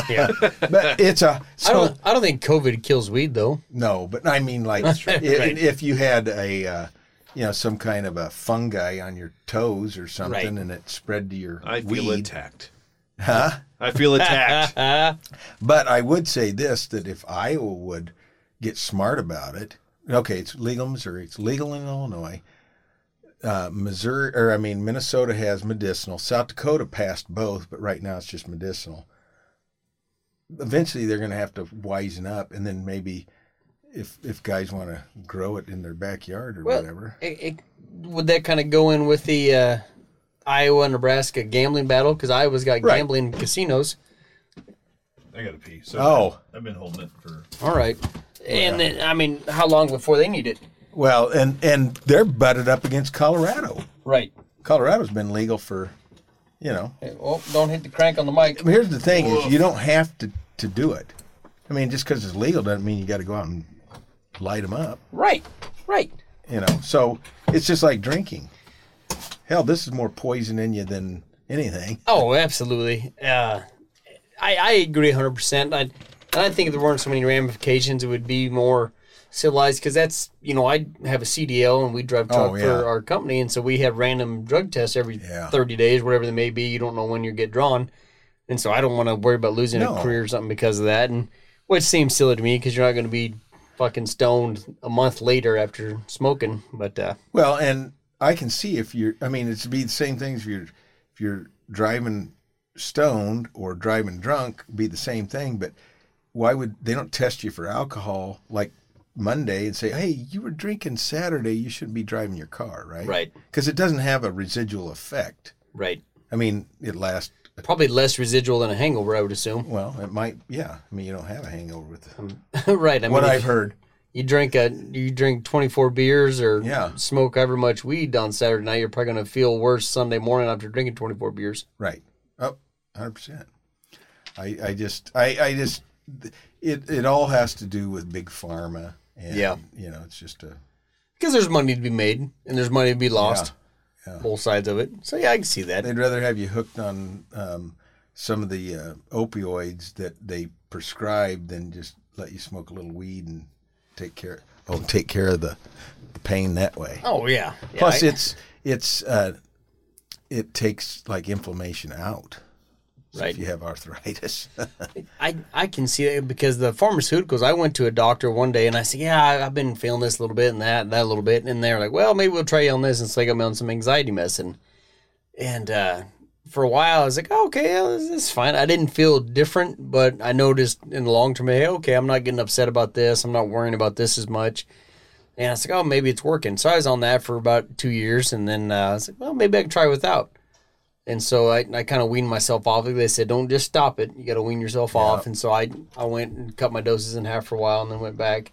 [SPEAKER 3] yeah.
[SPEAKER 2] but it's a
[SPEAKER 3] I
[SPEAKER 2] so
[SPEAKER 3] don't I don't think COVID kills weed though.
[SPEAKER 2] no. But I mean, like i-
[SPEAKER 3] Right.
[SPEAKER 2] if you had a uh, you know some kind of a fungi on your toes or something,
[SPEAKER 3] Right.
[SPEAKER 2] and it spread to your
[SPEAKER 1] I feel
[SPEAKER 2] weed,
[SPEAKER 1] attacked. Huh? I feel attacked.
[SPEAKER 2] But I would say this that if Iowa would get smart about it, okay, it's legal in Missouri, it's legal in Illinois. Uh, Missouri, or I mean, Minnesota has medicinal. South Dakota passed both, but right now it's just medicinal. Eventually, they're going to have to wisen up, and then maybe if if guys want to grow it in their backyard or
[SPEAKER 3] Well,
[SPEAKER 2] whatever.
[SPEAKER 3] It, it, would that kind of go in with the uh, Iowa Nebraska gambling battle? Because Iowa's got
[SPEAKER 2] Right.
[SPEAKER 3] gambling casinos.
[SPEAKER 1] I got to pee. So
[SPEAKER 2] Oh.
[SPEAKER 1] I've been holding it for.
[SPEAKER 3] All right. And then, I mean, how long before they need it?
[SPEAKER 2] Well, and and they're butted up against Colorado.
[SPEAKER 3] Right.
[SPEAKER 2] Colorado's been legal for, you know,
[SPEAKER 3] Oh, don't hit the crank on the mic.
[SPEAKER 2] I mean, here's the thing: is you don't have to to do it. I mean, just because it's legal doesn't mean you got to go out and light them up.
[SPEAKER 3] Right. Right.
[SPEAKER 2] You know, so it's just like drinking. Hell, this is more poison in you than anything.
[SPEAKER 3] Oh, absolutely. Uh, I, I agree 100%. I, and I think if there weren't so many ramifications, it would be more civilized because that's, you know, I have a CDL and we drive truck
[SPEAKER 2] Oh, yeah.
[SPEAKER 3] for our company. And so we have random drug tests every
[SPEAKER 2] Yeah.
[SPEAKER 3] 30 days, whatever they may be. You don't know when you get drawn. And so I don't want to worry about losing
[SPEAKER 2] No.
[SPEAKER 3] a career or something because of that. And which seems silly to me because you're not going to be fucking stoned a month later after smoking. But uh,
[SPEAKER 2] Well, and I can see if you're. I mean, it's be the same things if you're if you're driving stoned or driving drunk be the same thing. But why would they don't test you for alcohol like Monday and say, hey, you were drinking Saturday, you shouldn't be driving your car, right?
[SPEAKER 3] Right.
[SPEAKER 2] Because it doesn't have a residual effect.
[SPEAKER 3] right.
[SPEAKER 2] I mean, it lasts.
[SPEAKER 3] Probably less residual than a hangover, I would assume.
[SPEAKER 2] Well, it might. Yeah. I mean, you don't have a hangover with it.
[SPEAKER 3] right. I mean,
[SPEAKER 2] what
[SPEAKER 3] if
[SPEAKER 2] I've heard.
[SPEAKER 3] you drink a you drink 24 beers or
[SPEAKER 2] Yeah.
[SPEAKER 3] smoke however much weed on Saturday night, you're probably going to feel worse Sunday morning after drinking 24 beers.
[SPEAKER 2] Right. Up, hundred percent. I I just I I just it it all has to do with big pharma. And,
[SPEAKER 3] Yeah.
[SPEAKER 2] You know, it's just a
[SPEAKER 3] Because there's money to be made and there's money to be lost.
[SPEAKER 2] Yeah.
[SPEAKER 3] Both sides of it. So yeah, I can see that.
[SPEAKER 2] they'd rather have you hooked on um, some of the uh, opioids that they prescribe than just let you smoke a little weed and take care oh take care of the, the pain that way.
[SPEAKER 3] Oh yeah. Yeah,
[SPEAKER 2] Plus,
[SPEAKER 3] I-
[SPEAKER 2] it's it's uh, it takes like inflammation out. So
[SPEAKER 3] Right.
[SPEAKER 2] If you have arthritis,
[SPEAKER 3] I, I can see it because the pharmaceuticals. I went to a doctor one day and I said, "Yeah, I, I've been feeling this a little bit and that and that a little bit," and they're like, "Well, maybe we'll try you on this." And so they got me on some anxiety medicine, and uh, for a while I was like, oh, "Okay, yeah, this is fine." I didn't feel different, but I noticed in the long term, hey, okay, I'm not getting upset about this. I'm not worrying about this as much. And I was like, "Oh, maybe it's working." So I was on that for about two years, and then uh, I was like, "Well, maybe I can try without." And so I, I kind of weaned myself off. They said, don't just stop it. You got to wean yourself off. And so I, I went and cut my doses in half for a while and then went back.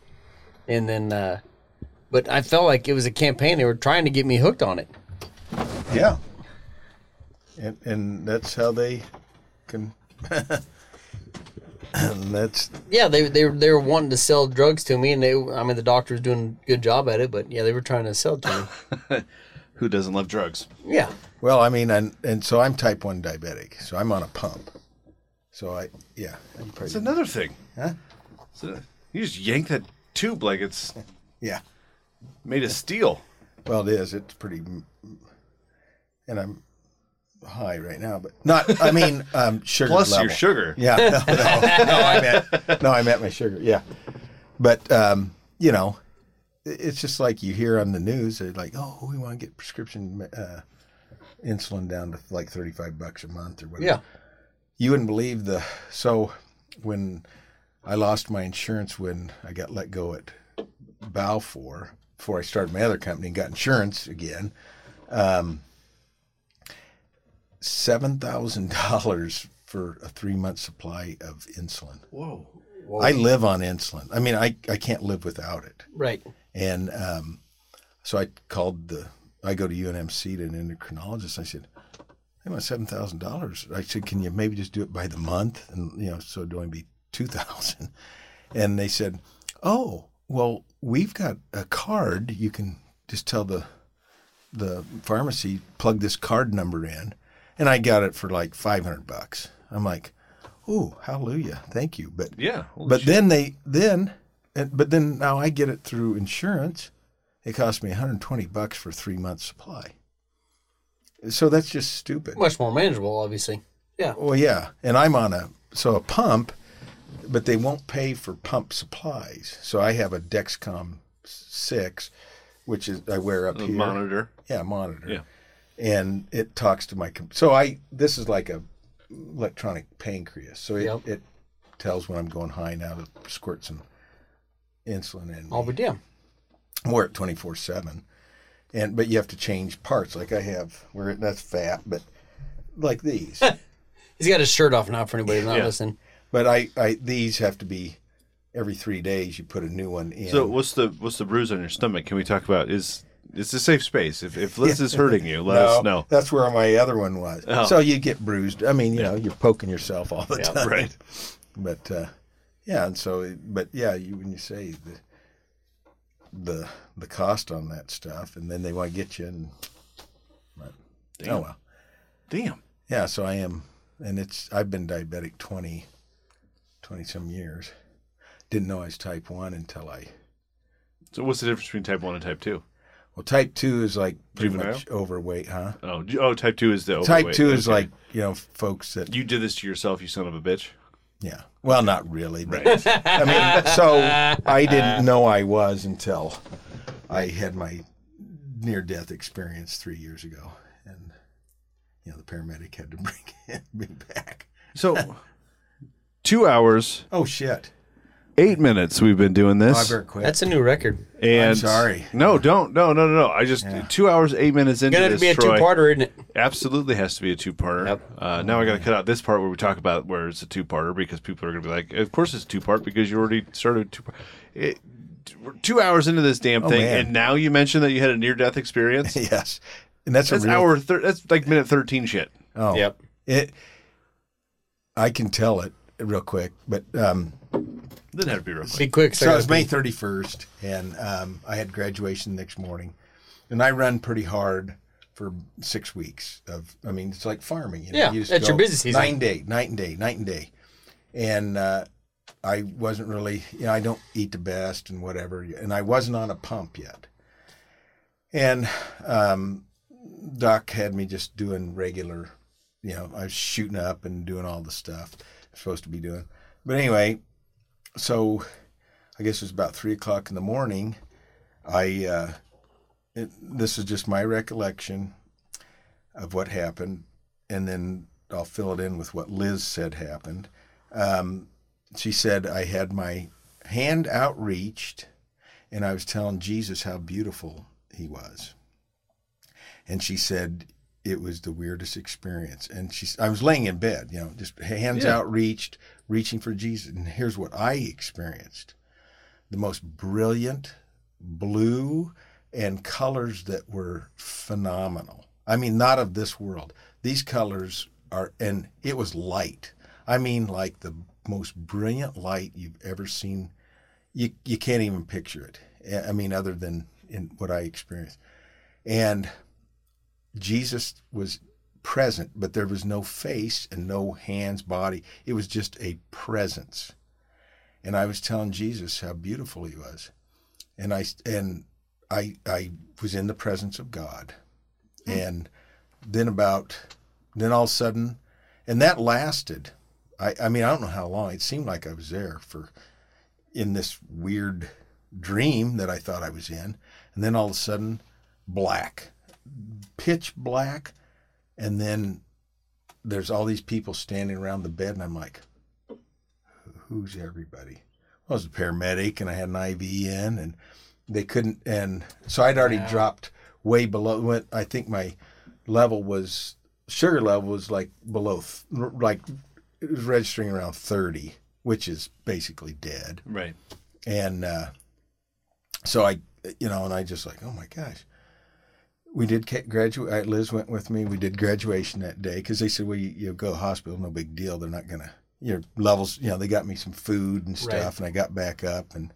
[SPEAKER 3] And then, uh, but I felt like it was a campaign. They were trying to get me hooked on it.
[SPEAKER 2] yeah, and and that's how they can. and that's
[SPEAKER 3] Yeah, they, they, they were wanting to sell drugs to me. And they, I mean, the doctor was doing a good job at it, but yeah, they were trying to sell it to
[SPEAKER 1] Who doesn't love drugs?
[SPEAKER 3] me. Yeah.
[SPEAKER 2] well, I mean, and and so I'm type one diabetic, so I'm on a pump. So I yeah, I'm
[SPEAKER 1] It's
[SPEAKER 2] pretty,
[SPEAKER 1] another thing.
[SPEAKER 2] Huh?
[SPEAKER 1] It's a- you just yank that tube like it's
[SPEAKER 2] yeah.
[SPEAKER 1] made of steel.
[SPEAKER 2] Well, it is. It's pretty, and I'm high right now, but not. I mean, um, sugar
[SPEAKER 1] Plus
[SPEAKER 2] level.
[SPEAKER 1] your sugar.
[SPEAKER 2] Yeah. No, no, no, I meant no, I meant my sugar. Yeah, but um, you know, i- it's just like you hear on the news. They're like, "Oh, we want to get prescription uh, insulin down to like thirty-five bucks a month or whatever."
[SPEAKER 3] Yeah.
[SPEAKER 2] you wouldn't believe the so when I lost my insurance when I got let go at Balfour before I started my other company and got insurance again. Um, Seven thousand dollars for a three month supply of insulin.
[SPEAKER 1] Whoa.
[SPEAKER 2] I live on insulin. I mean, I, I can't live without it.
[SPEAKER 3] Right.
[SPEAKER 2] And um, so I called the, I go to UNMC to an endocrinologist. I said, they want seven thousand dollars. I said, can you maybe just do it by the month? And you know, so it'd only be two thousand. And they said, oh, well, we've got a card. You can just tell the the pharmacy plug this card number in, and I got it for like five hundred bucks. I'm like, oh, hallelujah, thank you. But
[SPEAKER 1] Yeah. holy
[SPEAKER 2] but
[SPEAKER 1] shit.
[SPEAKER 2] then they then and, but then now I get it through insurance. It cost me 120 bucks for 3 months supply. So that's just stupid.
[SPEAKER 3] Much more manageable, obviously. Yeah.
[SPEAKER 2] Well, yeah, and I'm on a so a pump, but they won't pay for pump supplies. So I have a Dexcom 6 which is I wear up
[SPEAKER 1] the
[SPEAKER 2] here.
[SPEAKER 1] monitor.
[SPEAKER 2] Yeah, monitor.
[SPEAKER 1] Yeah.
[SPEAKER 2] And it talks to my comp- so I this is like a electronic pancreas. So it,
[SPEAKER 3] Yep.
[SPEAKER 2] it tells when I'm going high now to squirt some insulin in.
[SPEAKER 3] All but damn.
[SPEAKER 2] We're at 24/7. And but you have to change parts like I have where that's fat but like these.
[SPEAKER 3] He's got his shirt off now for anybody who's not
[SPEAKER 1] Yeah.
[SPEAKER 3] listening.
[SPEAKER 2] but I I these have to be every 3 days you put a new one in.
[SPEAKER 1] So what's the what's the bruise on your stomach? Can we talk about is it's a safe space. If if Liz is hurting you, let us know.
[SPEAKER 2] That's where my other one was.
[SPEAKER 1] Oh.
[SPEAKER 2] So you get bruised. I mean, you know, you're poking yourself all the time.
[SPEAKER 1] Right.
[SPEAKER 2] but uh, yeah, and so it- but yeah, you when you say the the the cost on that stuff, and then they want to get you, and but, oh well,
[SPEAKER 1] Damn.
[SPEAKER 2] yeah. So I am, and it's I've been diabetic 20, 20 some years. Didn't know I was type one until I.
[SPEAKER 1] So what's the difference between type one and type two?
[SPEAKER 2] Well, type two is like pretty
[SPEAKER 1] Juvenile?
[SPEAKER 2] much overweight, huh?
[SPEAKER 1] Oh, j- oh, type two is the
[SPEAKER 2] type
[SPEAKER 1] overweight.
[SPEAKER 2] two is
[SPEAKER 1] Okay.
[SPEAKER 2] like you know folks that
[SPEAKER 1] you did this to yourself, you son of a bitch.
[SPEAKER 2] yeah. Well, not really, but I mean, so I didn't know I was until I had my near death experience three years ago. And, you know, the paramedic had to bring me back.
[SPEAKER 1] So, two hours,
[SPEAKER 2] Oh, shit.
[SPEAKER 1] eight minutes. We've been doing
[SPEAKER 2] Oh, I
[SPEAKER 1] this,
[SPEAKER 2] better quit.
[SPEAKER 3] That's a new record.
[SPEAKER 1] and
[SPEAKER 2] I'm sorry.
[SPEAKER 1] No, don't. No, no, no, no. I just two hours, eight minutes into
[SPEAKER 3] Gonna
[SPEAKER 1] this.
[SPEAKER 3] be a
[SPEAKER 1] Troy,
[SPEAKER 3] two-parter, isn't it?
[SPEAKER 1] Absolutely has to be a two-parter.
[SPEAKER 3] Yep.
[SPEAKER 1] Uh, now I got to cut out this part where we talk about where it's a two-parter because people are going to be like, "Of course it's a two-part because you already started two-part." It, we're two hours into this damn thing,
[SPEAKER 2] Oh, man.
[SPEAKER 1] and now you mentioned that you had a near death experience.
[SPEAKER 2] yes, and that's,
[SPEAKER 1] that's
[SPEAKER 2] a real,
[SPEAKER 1] hour. Thir- that's like minute thirteen shit.
[SPEAKER 2] Oh,
[SPEAKER 3] Yep.
[SPEAKER 2] It. I can tell it real quick, but um,
[SPEAKER 1] Didn't have to be real quick.
[SPEAKER 3] Be quick.
[SPEAKER 2] so it was
[SPEAKER 3] Sarah.
[SPEAKER 2] May 31st, and um, I had graduation the next morning, and I run pretty hard for six weeks of. I mean, it's like farming. You know?
[SPEAKER 3] Yeah,
[SPEAKER 2] you just
[SPEAKER 3] that's your
[SPEAKER 2] go
[SPEAKER 3] busy season.
[SPEAKER 2] Nine day, night and day, night and day, and uh, I wasn't really. You know, I don't eat the best and whatever, and I wasn't on a pump yet, and um, Doc had me just doing regular. You know, I was shooting up and doing all the stuff I'm supposed to be doing. But anyway, so I guess it was about three o'clock in the morning. I uh, it, this is just my recollection of what happened, and then I'll fill it in with what Liz said happened. Um, she said I had my hand outreached, and I was telling Jesus how beautiful He was, and she said it was the weirdest experience. And she, s- I was laying in bed, you know, just hands
[SPEAKER 1] Yeah.
[SPEAKER 2] outreached, reaching for Jesus, and here's what I experienced the most brilliant blue and colors that were phenomenal. I mean, not of this world. These colors are, and it was light. I mean, like the most brilliant light you've ever seen. You, you can't even picture it. eh, I- I mean, other than in what I experienced. And Jesus was present, but there was no face and no hands, body. It was just a presence and I was telling Jesus how beautiful he was, and I and I I was in the presence of God, and then about then all of a sudden, and that lasted. I I mean I don't know how long. It seemed like I was there for, in this weird dream that I thought I was in, and then all of a sudden, black, pitch black, and then there's all these people standing around the bed, and I'm like who's everybody? Well, I was a paramedic and I had an IV in, and they couldn't. And so I'd already dropped way below. Went, I think my level was sugar level was like below, th- like it was registering around 30, which is basically dead
[SPEAKER 1] Right.
[SPEAKER 2] and uh, so I, you know, and I just like, oh my gosh, we did ca- graduate. Liz went with me. We did graduation that day because they said, well, you, you go to hospital, no big deal. They're not gonna your levels. You know, they got me some food and stuff,
[SPEAKER 3] Right.
[SPEAKER 2] and I got back up, and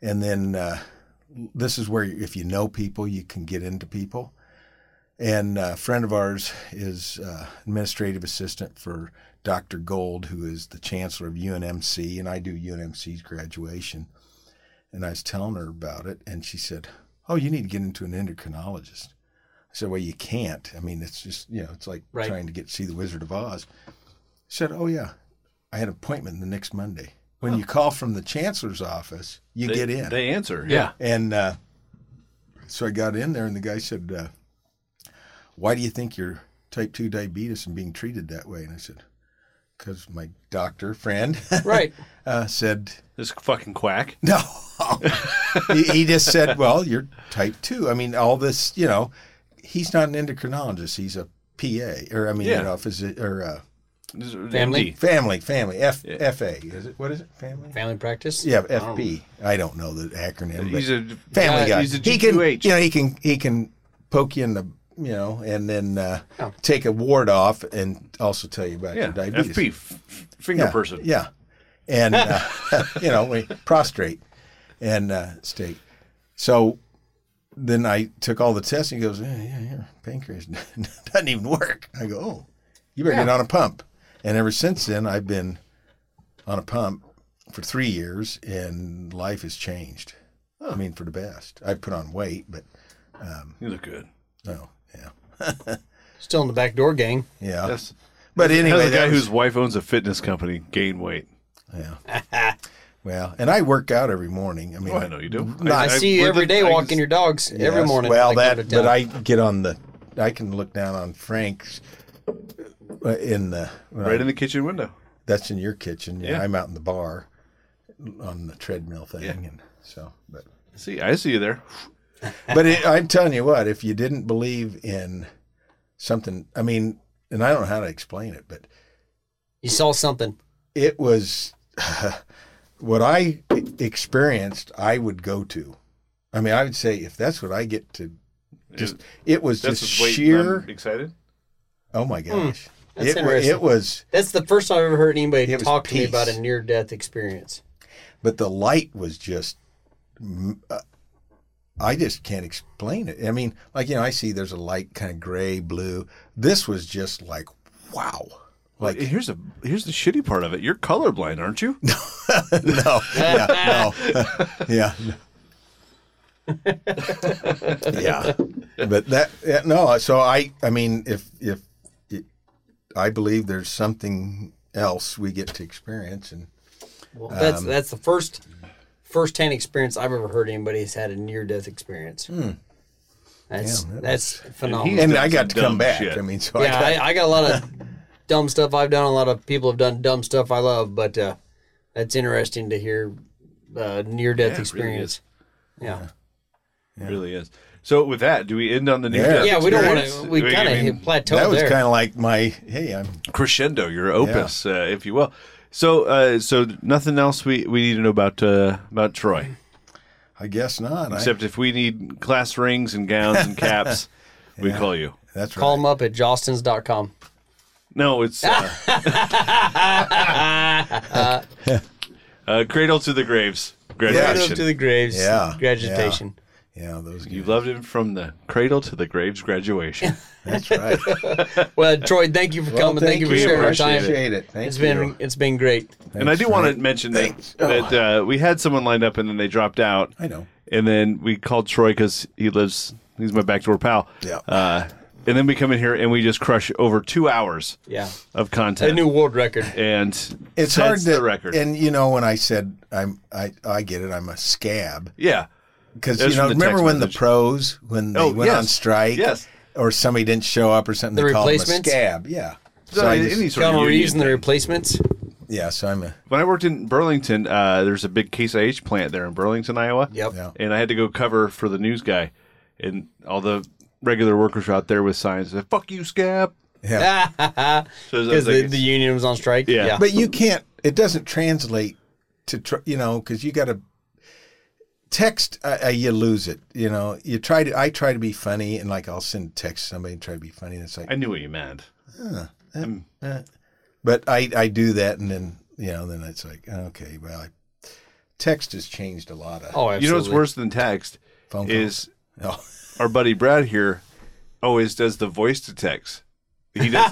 [SPEAKER 2] and then uh, this is where if you know people, you can get into people. And a friend of ours is uh, administrative assistant for Dr. Gold, who is the chancellor of UNMC, and I do UNMC's graduation. And I was telling her about it, and she said, "Oh, you need to get into an endocrinologist." I said, "Well, you can't. I mean, it's just you know, it's like
[SPEAKER 3] Right.
[SPEAKER 2] trying to get to see the Wizard of Oz." She said, "Oh yeah, I had an appointment the next Monday. When you call from the chancellor's office, you
[SPEAKER 1] They,
[SPEAKER 2] get in."
[SPEAKER 1] They answer.
[SPEAKER 3] Yeah.
[SPEAKER 2] And uh, so I got in there, and the guy said, uh, "Why do you think you're type two diabetes and being treated that way?" And I said, "Because my doctor friend
[SPEAKER 3] Right.
[SPEAKER 2] uh, said
[SPEAKER 1] This fucking quack.
[SPEAKER 2] no." he, he just said, "Well, you're type two. I mean, all this, you know." He's not an endocrinologist. He's a PA, or I mean,
[SPEAKER 1] Yeah.
[SPEAKER 2] you know, phys- or uh,
[SPEAKER 1] This is
[SPEAKER 3] Family.
[SPEAKER 1] MD.
[SPEAKER 2] family, family, F,
[SPEAKER 1] Yeah.
[SPEAKER 2] FA. Is it what is it? Family.
[SPEAKER 3] Family practice.
[SPEAKER 2] Yeah, FP. I don't know the acronym. but-
[SPEAKER 1] Oh. He's a
[SPEAKER 2] Family
[SPEAKER 1] uh,
[SPEAKER 2] Guy.
[SPEAKER 1] He's a
[SPEAKER 2] he can,
[SPEAKER 1] GQH.
[SPEAKER 2] you know, he can he can poke you in the, you know, and then uh,
[SPEAKER 3] Oh.
[SPEAKER 2] take a ward off, and also tell you about
[SPEAKER 1] yeah.
[SPEAKER 2] your diabetes.
[SPEAKER 1] FP. f- f- Finger
[SPEAKER 2] yeah,
[SPEAKER 1] person.
[SPEAKER 2] Yeah, and uh, you know, we- prostrate and uh, state. So then I took all the tests. And he goes, yeah, yeah, your pancreas doesn't even work. I go, oh, you better get on a pump. And ever since then, I've been on a pump for three years, and life has changed. I mean, for the best. I put on weight, but
[SPEAKER 1] You look good.
[SPEAKER 2] no, yeah,
[SPEAKER 3] Still in the back door, gang.
[SPEAKER 2] yeah.
[SPEAKER 1] That's
[SPEAKER 2] but anyway,
[SPEAKER 1] that's the
[SPEAKER 2] that
[SPEAKER 1] guy
[SPEAKER 2] was-
[SPEAKER 1] whose wife owns a fitness company gain weight.
[SPEAKER 2] yeah. well, and I work out every morning. I mean,
[SPEAKER 1] Oh, I know you do.
[SPEAKER 3] I, see you
[SPEAKER 1] we're
[SPEAKER 3] every
[SPEAKER 1] the-
[SPEAKER 3] day
[SPEAKER 1] I
[SPEAKER 3] walking your dogs every
[SPEAKER 2] Yes.
[SPEAKER 3] morning.
[SPEAKER 2] Well,
[SPEAKER 3] when I go
[SPEAKER 2] that
[SPEAKER 3] to town.
[SPEAKER 2] but I get on the, I can look down on Frank's uh, in the when
[SPEAKER 1] right
[SPEAKER 2] I-
[SPEAKER 1] in the kitchen window.
[SPEAKER 2] that's in your kitchen. Yeah,
[SPEAKER 1] Yeah.
[SPEAKER 2] I'm out in the bar on the treadmill thing, and so but
[SPEAKER 1] See, I see you there.
[SPEAKER 2] but it, I'm telling you what, if you didn't believe in something, I mean, and I don't know how to explain it, but
[SPEAKER 3] you saw something.
[SPEAKER 2] it was what I experienced, I would go to. I mean, I would say if that's what I get to, just it was
[SPEAKER 1] That's
[SPEAKER 2] just
[SPEAKER 1] wait,
[SPEAKER 2] sheer.
[SPEAKER 1] I'm excited.
[SPEAKER 2] oh my gosh,
[SPEAKER 3] that's
[SPEAKER 2] it, wa-
[SPEAKER 3] interesting.
[SPEAKER 2] it was.
[SPEAKER 3] That's the first time I've ever heard anybody
[SPEAKER 2] It was
[SPEAKER 3] talk to me
[SPEAKER 2] peace.
[SPEAKER 3] about a near death experience.
[SPEAKER 2] But the light was just. mm, Uh, I just can't explain it. I mean, like you know, I see there's a light kind of gray, blue. This was just like, wow. Like
[SPEAKER 1] And here's the here's the shitty part of it. You're colorblind, aren't you?
[SPEAKER 2] no, yeah, no, yeah, yeah. But that, yeah, no. So I, I mean, if if it, I believe there's something else we get to experience, and
[SPEAKER 3] Well,
[SPEAKER 2] um,
[SPEAKER 3] that's that's the first first hand experience I've ever heard anybody has had a near death experience. That's
[SPEAKER 2] Damn, Hmm. that
[SPEAKER 3] that's phenomenal.
[SPEAKER 1] He's
[SPEAKER 2] and
[SPEAKER 1] done
[SPEAKER 2] I
[SPEAKER 1] some
[SPEAKER 2] got to
[SPEAKER 1] dumb
[SPEAKER 2] come back.
[SPEAKER 1] shit.
[SPEAKER 2] I mean, so
[SPEAKER 3] yeah,
[SPEAKER 2] I,
[SPEAKER 3] I, I got a lot of dumb stuff I've done. A lot of people have done dumb stuff I love, but uh, that's interesting to hear uh, near death
[SPEAKER 1] really
[SPEAKER 3] experience. yeah.
[SPEAKER 1] It really is. So with that, do we end on the near
[SPEAKER 2] Yeah.
[SPEAKER 1] death
[SPEAKER 3] Yeah, we don't want
[SPEAKER 1] experience?
[SPEAKER 3] to. We
[SPEAKER 1] I
[SPEAKER 3] kind of
[SPEAKER 1] mean,
[SPEAKER 3] hit plateau
[SPEAKER 2] that was
[SPEAKER 3] there.
[SPEAKER 2] kind of like my hey, I'm
[SPEAKER 1] crescendo, your opus, uh, if you will. So, uh, so nothing else we, we need to know about uh, about Troy,
[SPEAKER 2] I guess not. I,
[SPEAKER 1] except if we need class rings and gowns and caps, we call you.
[SPEAKER 2] that's right.
[SPEAKER 3] Call them up at jostins.com.
[SPEAKER 1] No, it's uh, uh, cradle to the graves.
[SPEAKER 3] Cradle
[SPEAKER 1] Graduation.
[SPEAKER 3] to the graves.
[SPEAKER 2] Yeah,
[SPEAKER 3] Graduation.
[SPEAKER 2] yeah, those.
[SPEAKER 1] you loved him from the cradle to the graves. Graduation.
[SPEAKER 2] That's right.
[SPEAKER 3] Well, Troy, thank you for
[SPEAKER 2] Well,
[SPEAKER 3] coming. Thank you for
[SPEAKER 1] you.
[SPEAKER 3] sharing your
[SPEAKER 1] Appreciate
[SPEAKER 3] time.
[SPEAKER 2] Appreciate it. Thank
[SPEAKER 3] It's
[SPEAKER 2] you.
[SPEAKER 3] been it's been great.
[SPEAKER 1] and I do want to mention that,
[SPEAKER 2] Thanks. Oh.
[SPEAKER 1] that uh, we had someone lined up and then they dropped out.
[SPEAKER 2] I know.
[SPEAKER 1] And then we called Troy because he lives. He's my backdoor pal.
[SPEAKER 2] Yeah.
[SPEAKER 1] Uh, and then we come in here and we just crush over two hours
[SPEAKER 3] Yeah.
[SPEAKER 1] of
[SPEAKER 3] A
[SPEAKER 1] content.
[SPEAKER 3] new world record.
[SPEAKER 1] and
[SPEAKER 2] It's
[SPEAKER 1] sets
[SPEAKER 2] hard to
[SPEAKER 1] the record.
[SPEAKER 2] And you know, when I said I'm, I I get it. I'm a scab.
[SPEAKER 1] yeah.
[SPEAKER 2] Because
[SPEAKER 1] That was
[SPEAKER 2] you know,
[SPEAKER 1] from the
[SPEAKER 2] remember
[SPEAKER 1] text
[SPEAKER 2] when
[SPEAKER 1] message.
[SPEAKER 2] the pros when they
[SPEAKER 1] Oh,
[SPEAKER 2] went
[SPEAKER 1] yes.
[SPEAKER 2] on strike,
[SPEAKER 1] Yes.
[SPEAKER 2] or somebody didn't show up or something,
[SPEAKER 3] The
[SPEAKER 2] they called them a
[SPEAKER 3] replacements?
[SPEAKER 2] scab. Yeah.
[SPEAKER 1] So,
[SPEAKER 2] So I
[SPEAKER 1] any
[SPEAKER 2] just-
[SPEAKER 1] sort of
[SPEAKER 3] Keanu
[SPEAKER 1] union
[SPEAKER 3] Reeves and the
[SPEAKER 1] thing.
[SPEAKER 3] replacements.
[SPEAKER 2] yeah. So I'm a
[SPEAKER 1] when I worked in Burlington, uh, there's a big Case IH plant there in Burlington, Iowa.
[SPEAKER 3] Yep.
[SPEAKER 2] Yeah.
[SPEAKER 1] And I had to go cover for the news guy, and all the regular workers were out there with signs that "fuck you, scab."
[SPEAKER 2] yeah.
[SPEAKER 1] So it
[SPEAKER 3] Because
[SPEAKER 1] was
[SPEAKER 3] the,
[SPEAKER 1] like,
[SPEAKER 3] the union was on strike.
[SPEAKER 1] Yeah.
[SPEAKER 2] But you can't. It doesn't translate to tr- you know because you got to text. Uh, uh, you lose it. You know. You try to. I try to be funny and like I'll send text to somebody and try to be funny. And it's like,
[SPEAKER 1] I knew what you meant.
[SPEAKER 2] but I I do that and then you know then it's like okay well. I, Text has changed a lot of
[SPEAKER 3] Oh, absolutely.
[SPEAKER 1] You know what's worse than text
[SPEAKER 2] phone calls.
[SPEAKER 1] is
[SPEAKER 2] Oh.
[SPEAKER 1] our buddy Brad here always does the voice to text. He does.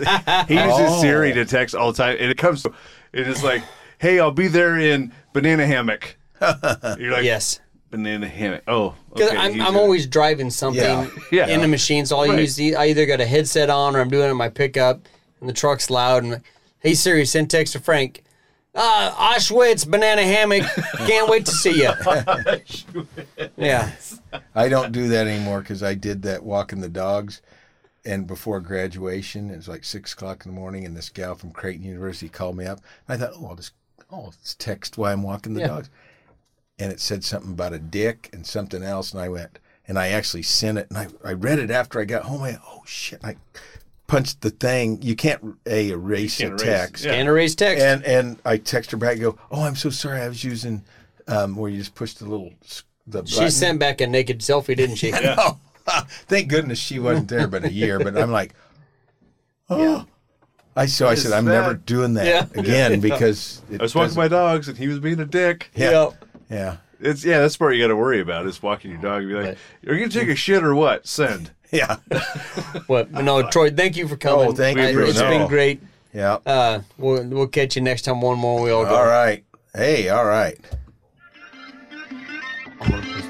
[SPEAKER 1] he uses
[SPEAKER 2] Oh.
[SPEAKER 1] Siri to text all the time, and it comes. And it's like, "Hey, I'll be there in banana hammock." You're like,
[SPEAKER 3] Yes.
[SPEAKER 1] banana hammock." Oh,
[SPEAKER 3] Because
[SPEAKER 1] okay.
[SPEAKER 3] I'm,
[SPEAKER 1] he's
[SPEAKER 3] I'm
[SPEAKER 1] in-
[SPEAKER 3] always driving something
[SPEAKER 2] Yeah.
[SPEAKER 1] Yeah.
[SPEAKER 3] in the machine, so I
[SPEAKER 1] Right.
[SPEAKER 3] use the, I either got a headset on or I'm doing it in my pickup, and the truck's loud. And hey Siri, send text to Frank. Uh, Auschwitz banana hammock. Can't wait to see you. yeah,
[SPEAKER 2] I don't do that anymore because I did that walking the dogs, and before graduation, it was like six o'clock in the morning, and this gal from Creighton University called me up. I thought, oh, I'll just oh, I'll just text while I'm walking the
[SPEAKER 3] Yeah.
[SPEAKER 2] dogs, and it said something about a dick and something else, and I went and I actually sent it, and I, I read it after I got home. I oh shit, I punched the thing. You can't a erase
[SPEAKER 1] can't
[SPEAKER 2] a
[SPEAKER 1] erase it,
[SPEAKER 2] text,
[SPEAKER 1] yeah.
[SPEAKER 3] and erase text.
[SPEAKER 2] and and I text her back, and go, oh, I'm so sorry, I was using um, where you just push the little s- the
[SPEAKER 3] she
[SPEAKER 2] button.
[SPEAKER 3] sent back a naked selfie, didn't she?
[SPEAKER 2] Oh, thank goodness she wasn't there but a year. But I'm like, oh. I so I
[SPEAKER 1] Is
[SPEAKER 2] said I'm
[SPEAKER 1] that-
[SPEAKER 2] never doing that
[SPEAKER 3] Yeah.
[SPEAKER 2] again because it
[SPEAKER 1] I was walking
[SPEAKER 2] doesn't-
[SPEAKER 1] my dogs, and he was being a dick.
[SPEAKER 2] yeah,
[SPEAKER 3] Yep.
[SPEAKER 2] yeah,
[SPEAKER 1] It's yeah, that's the part you got to worry about is walking your dog. And be like, are you gonna take a shit or what? Send.
[SPEAKER 2] yeah,
[SPEAKER 3] What? No, Troy. Thank you for coming.
[SPEAKER 2] Oh, thank
[SPEAKER 1] you for
[SPEAKER 3] It's
[SPEAKER 2] coming.
[SPEAKER 3] been great.
[SPEAKER 2] yeah.
[SPEAKER 3] Uh, we'll we'll catch you next time. One more. We all go.
[SPEAKER 2] all right. Hey, all right.
[SPEAKER 3] I'm gonna push